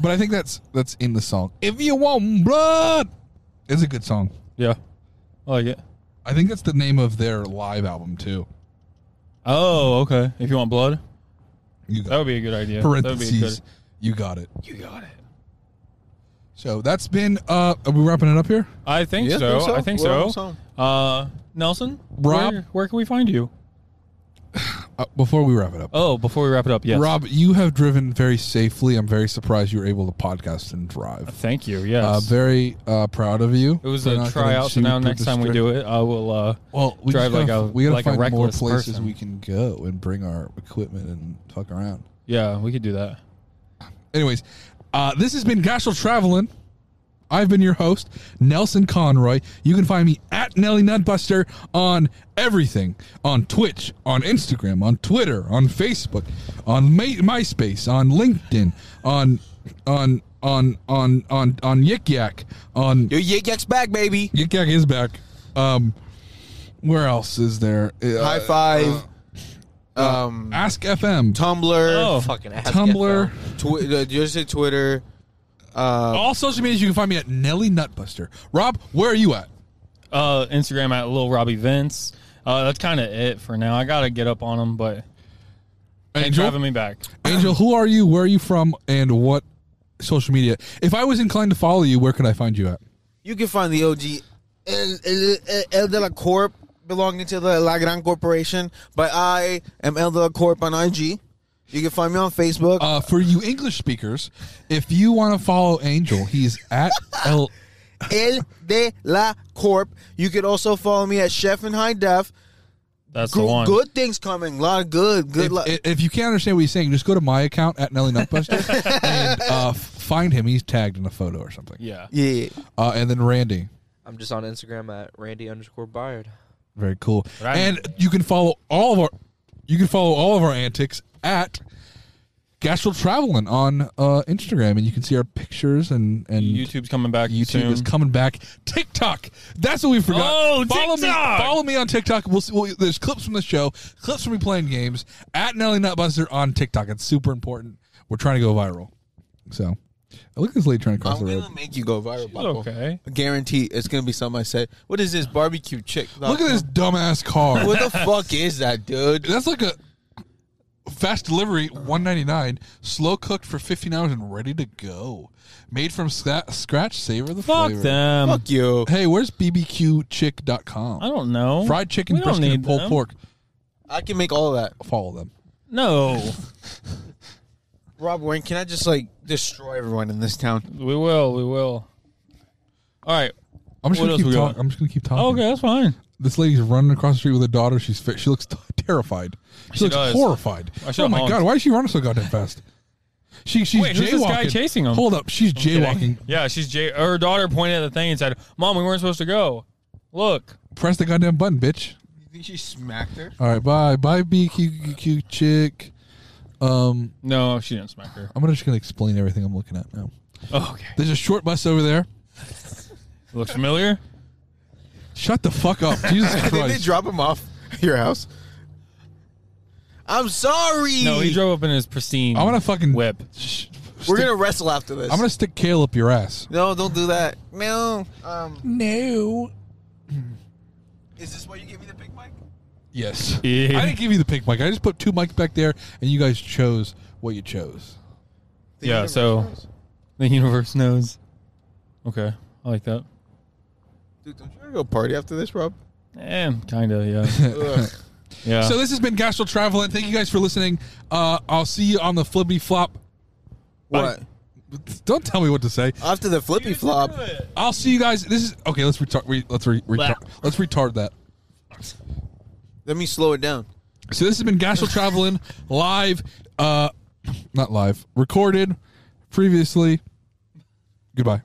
Speaker 2: but I think that's that's in the song. If you want blood, it's a good song.
Speaker 4: Yeah, I like it.
Speaker 2: I think that's the name of their live album too.
Speaker 4: Oh, okay. If you want blood,
Speaker 2: You
Speaker 4: that
Speaker 2: got
Speaker 4: would be a good idea. That would be a
Speaker 2: parentheses.
Speaker 4: good-
Speaker 2: You got it. You got it. So that's been. Uh, are we wrapping it up here?
Speaker 4: I think
Speaker 3: Yeah, I
Speaker 4: so.
Speaker 3: think so.
Speaker 4: I think
Speaker 3: We're
Speaker 4: so.
Speaker 3: almost home.
Speaker 4: Uh, Nelson,
Speaker 2: Rob?
Speaker 4: where, where can we find you?
Speaker 2: Uh, before we wrap it up,
Speaker 4: Oh, before we wrap it up, yes,
Speaker 2: Rob, you have driven very safely. I'm very surprised you were able to podcast and drive.
Speaker 4: Thank you.
Speaker 2: Uh,
Speaker 4: Yes,
Speaker 2: very uh, proud of you.
Speaker 4: it was a tryout. So now next time we do it, I will. Uh,
Speaker 2: well, we
Speaker 4: drive
Speaker 2: just gotta,
Speaker 4: like a-
Speaker 2: f- we gotta
Speaker 4: like a
Speaker 2: find more
Speaker 4: reckless
Speaker 2: places
Speaker 4: person.
Speaker 2: we can go and bring our equipment and fuck around.
Speaker 4: yeah, we could do that.
Speaker 2: Anyways, uh, this has been Gashel Traveling. I've been your host, Nelson Conroy. You can find me at Nelly Nutbuster on everything on Twitch, on Instagram, on Twitter, on Facebook, on My- MySpace, on LinkedIn, on on on on on on Yik Yak, on
Speaker 3: Yo, Yik Yak's back, baby.
Speaker 2: Yik Yak is back. Um, where else is there? Uh,
Speaker 3: High five. um,
Speaker 2: Ask FM,
Speaker 3: Tumblr.
Speaker 4: Oh,
Speaker 5: Fucking ass
Speaker 2: Tumblr.
Speaker 3: Twi- uh, you just say Twitter. Uh,
Speaker 2: All social medias you can find me at Nelly Nutbuster. Rob, where are you at?
Speaker 4: uh, Instagram at Lil Robbie Vince. Uh, that's kind of it for now. I gotta get up on him, but thanks for
Speaker 2: Angel?
Speaker 4: having me back.
Speaker 2: Angel, who are you? Where are you from? And what social media? If I was inclined to follow you, where could I find you at?
Speaker 3: you can find the OG El, El, El- El de la Corp belonging to the La Gran Corporation, but I am El de la Corp on IG. You can find me on Facebook.
Speaker 2: Uh, for you English speakers, if you want to follow Angel, he's at L.
Speaker 3: El de la Corp. You can also follow me at Chef and High Def.
Speaker 4: That's the
Speaker 3: Good,
Speaker 4: one.
Speaker 3: good things coming. A lot of good. Good
Speaker 2: If,
Speaker 3: luck.
Speaker 2: if you can't understand what he's saying, just go to my account at Nelly Nutbuster and uh, f- find him. He's tagged in a photo or something.
Speaker 4: Yeah.
Speaker 3: yeah.
Speaker 2: Uh, and then Randy.
Speaker 5: I'm just on Instagram at Randy underscore Byard.
Speaker 2: Very cool.
Speaker 4: Right.
Speaker 2: And you can follow all of our you can follow all of our antics at Gastro Traveling on uh, Instagram, and you can see our pictures and and
Speaker 4: YouTube's coming back.
Speaker 2: YouTube
Speaker 4: soon.
Speaker 2: is coming back. TikTok. That's what we forgot.
Speaker 4: Oh,
Speaker 2: follow
Speaker 4: TikTok!
Speaker 2: Me, follow me on TikTok. We'll see. We'll, there's clips from the show, clips from me playing games at Nelly Nutbuster on TikTok. It's super important. We're trying to go viral. So, look at this lady trying to cross
Speaker 3: I'm
Speaker 2: the road.
Speaker 3: gonna make you go viral, Paco.
Speaker 4: okay.
Speaker 3: I guarantee it's gonna be something I said. What is this barbecue chick?
Speaker 2: Look at this dumbass car.
Speaker 3: What the fuck is that, dude?
Speaker 2: That's like a fast delivery, one ninety nine, slow cooked for fifteen hours and ready to go. Made from sca- scratch, savor the
Speaker 4: Fuck
Speaker 2: flavor.
Speaker 4: them.
Speaker 3: Fuck you.
Speaker 2: Hey, where's bbqchick.com?
Speaker 4: I don't know.
Speaker 2: Fried chicken,
Speaker 4: We don't
Speaker 2: brisket, and
Speaker 4: need
Speaker 2: pulled
Speaker 4: them.
Speaker 2: pork.
Speaker 3: I can make all that.
Speaker 2: Follow them.
Speaker 4: No,
Speaker 3: Rob Wayne, can I just like destroy everyone in this town?
Speaker 4: we will. We will. All right.
Speaker 2: I'm just
Speaker 4: What
Speaker 2: gonna
Speaker 4: else
Speaker 2: keep
Speaker 4: we got?
Speaker 2: talking. I'm just gonna keep talking.
Speaker 4: Okay, that's fine.
Speaker 2: This lady's running across the street with her daughter. She's fit. She looks t- terrified. She,
Speaker 4: She
Speaker 2: looks
Speaker 4: does.
Speaker 2: horrified.
Speaker 4: I should've
Speaker 2: Oh my
Speaker 4: honked.
Speaker 2: god! Why is she running so goddamn fast? She she's
Speaker 4: Wait,
Speaker 2: jaywalking.
Speaker 4: who's this guy chasing 'em?
Speaker 2: Hold up, she's jaywalking.
Speaker 4: Kidding. Yeah, she's J. Her daughter pointed at the thing and said, "Mom, we weren't supposed to go. Look."
Speaker 2: Press the goddamn button, bitch.
Speaker 3: You think she smacked her?
Speaker 2: All right, bye, bye, BQQ chick. Um,
Speaker 4: No, she didn't smack her.
Speaker 2: I'm gonna just gonna explain everything I'm looking at now.
Speaker 4: Oh, okay.
Speaker 2: There's a short bus over there.
Speaker 4: Looks familiar.
Speaker 2: Shut the fuck up, Jesus
Speaker 3: Did they
Speaker 2: Christ!
Speaker 3: drop him off at your house? I'm sorry.
Speaker 4: No, he drove up in his pristine.
Speaker 2: I'm gonna fucking
Speaker 4: whip.
Speaker 2: Sh-
Speaker 3: We're
Speaker 2: stick-
Speaker 3: gonna wrestle after this.
Speaker 2: I'm gonna stick kale up your ass.
Speaker 3: No, don't do that. No. Um,
Speaker 2: No.
Speaker 3: is this why you gave me the big mic?
Speaker 2: Yes.
Speaker 4: Yeah.
Speaker 2: I didn't give you the pink mic. I just put two mics back there, and you guys chose what you chose.
Speaker 4: Yeah. So the universe knows. Okay, I like that.
Speaker 3: Dude, don't you wanna go party after this, Rob?
Speaker 4: Eh, kinda. Yeah.
Speaker 3: Ugh.
Speaker 4: Yeah.
Speaker 3: Uh.
Speaker 2: So this has been Gastro Traveling. Thank you guys for listening. Uh, I'll see you on the flippy flop.
Speaker 3: what?
Speaker 2: Don't tell me what to say.
Speaker 3: After the flippy flop.
Speaker 2: I'll see you guys. This is okay. Let's retard. Re, let's re, retard. Let's retard that.
Speaker 3: Let me slow it down.
Speaker 2: So this has been Gastro Traveling live, uh, not live, recorded previously. Goodbye.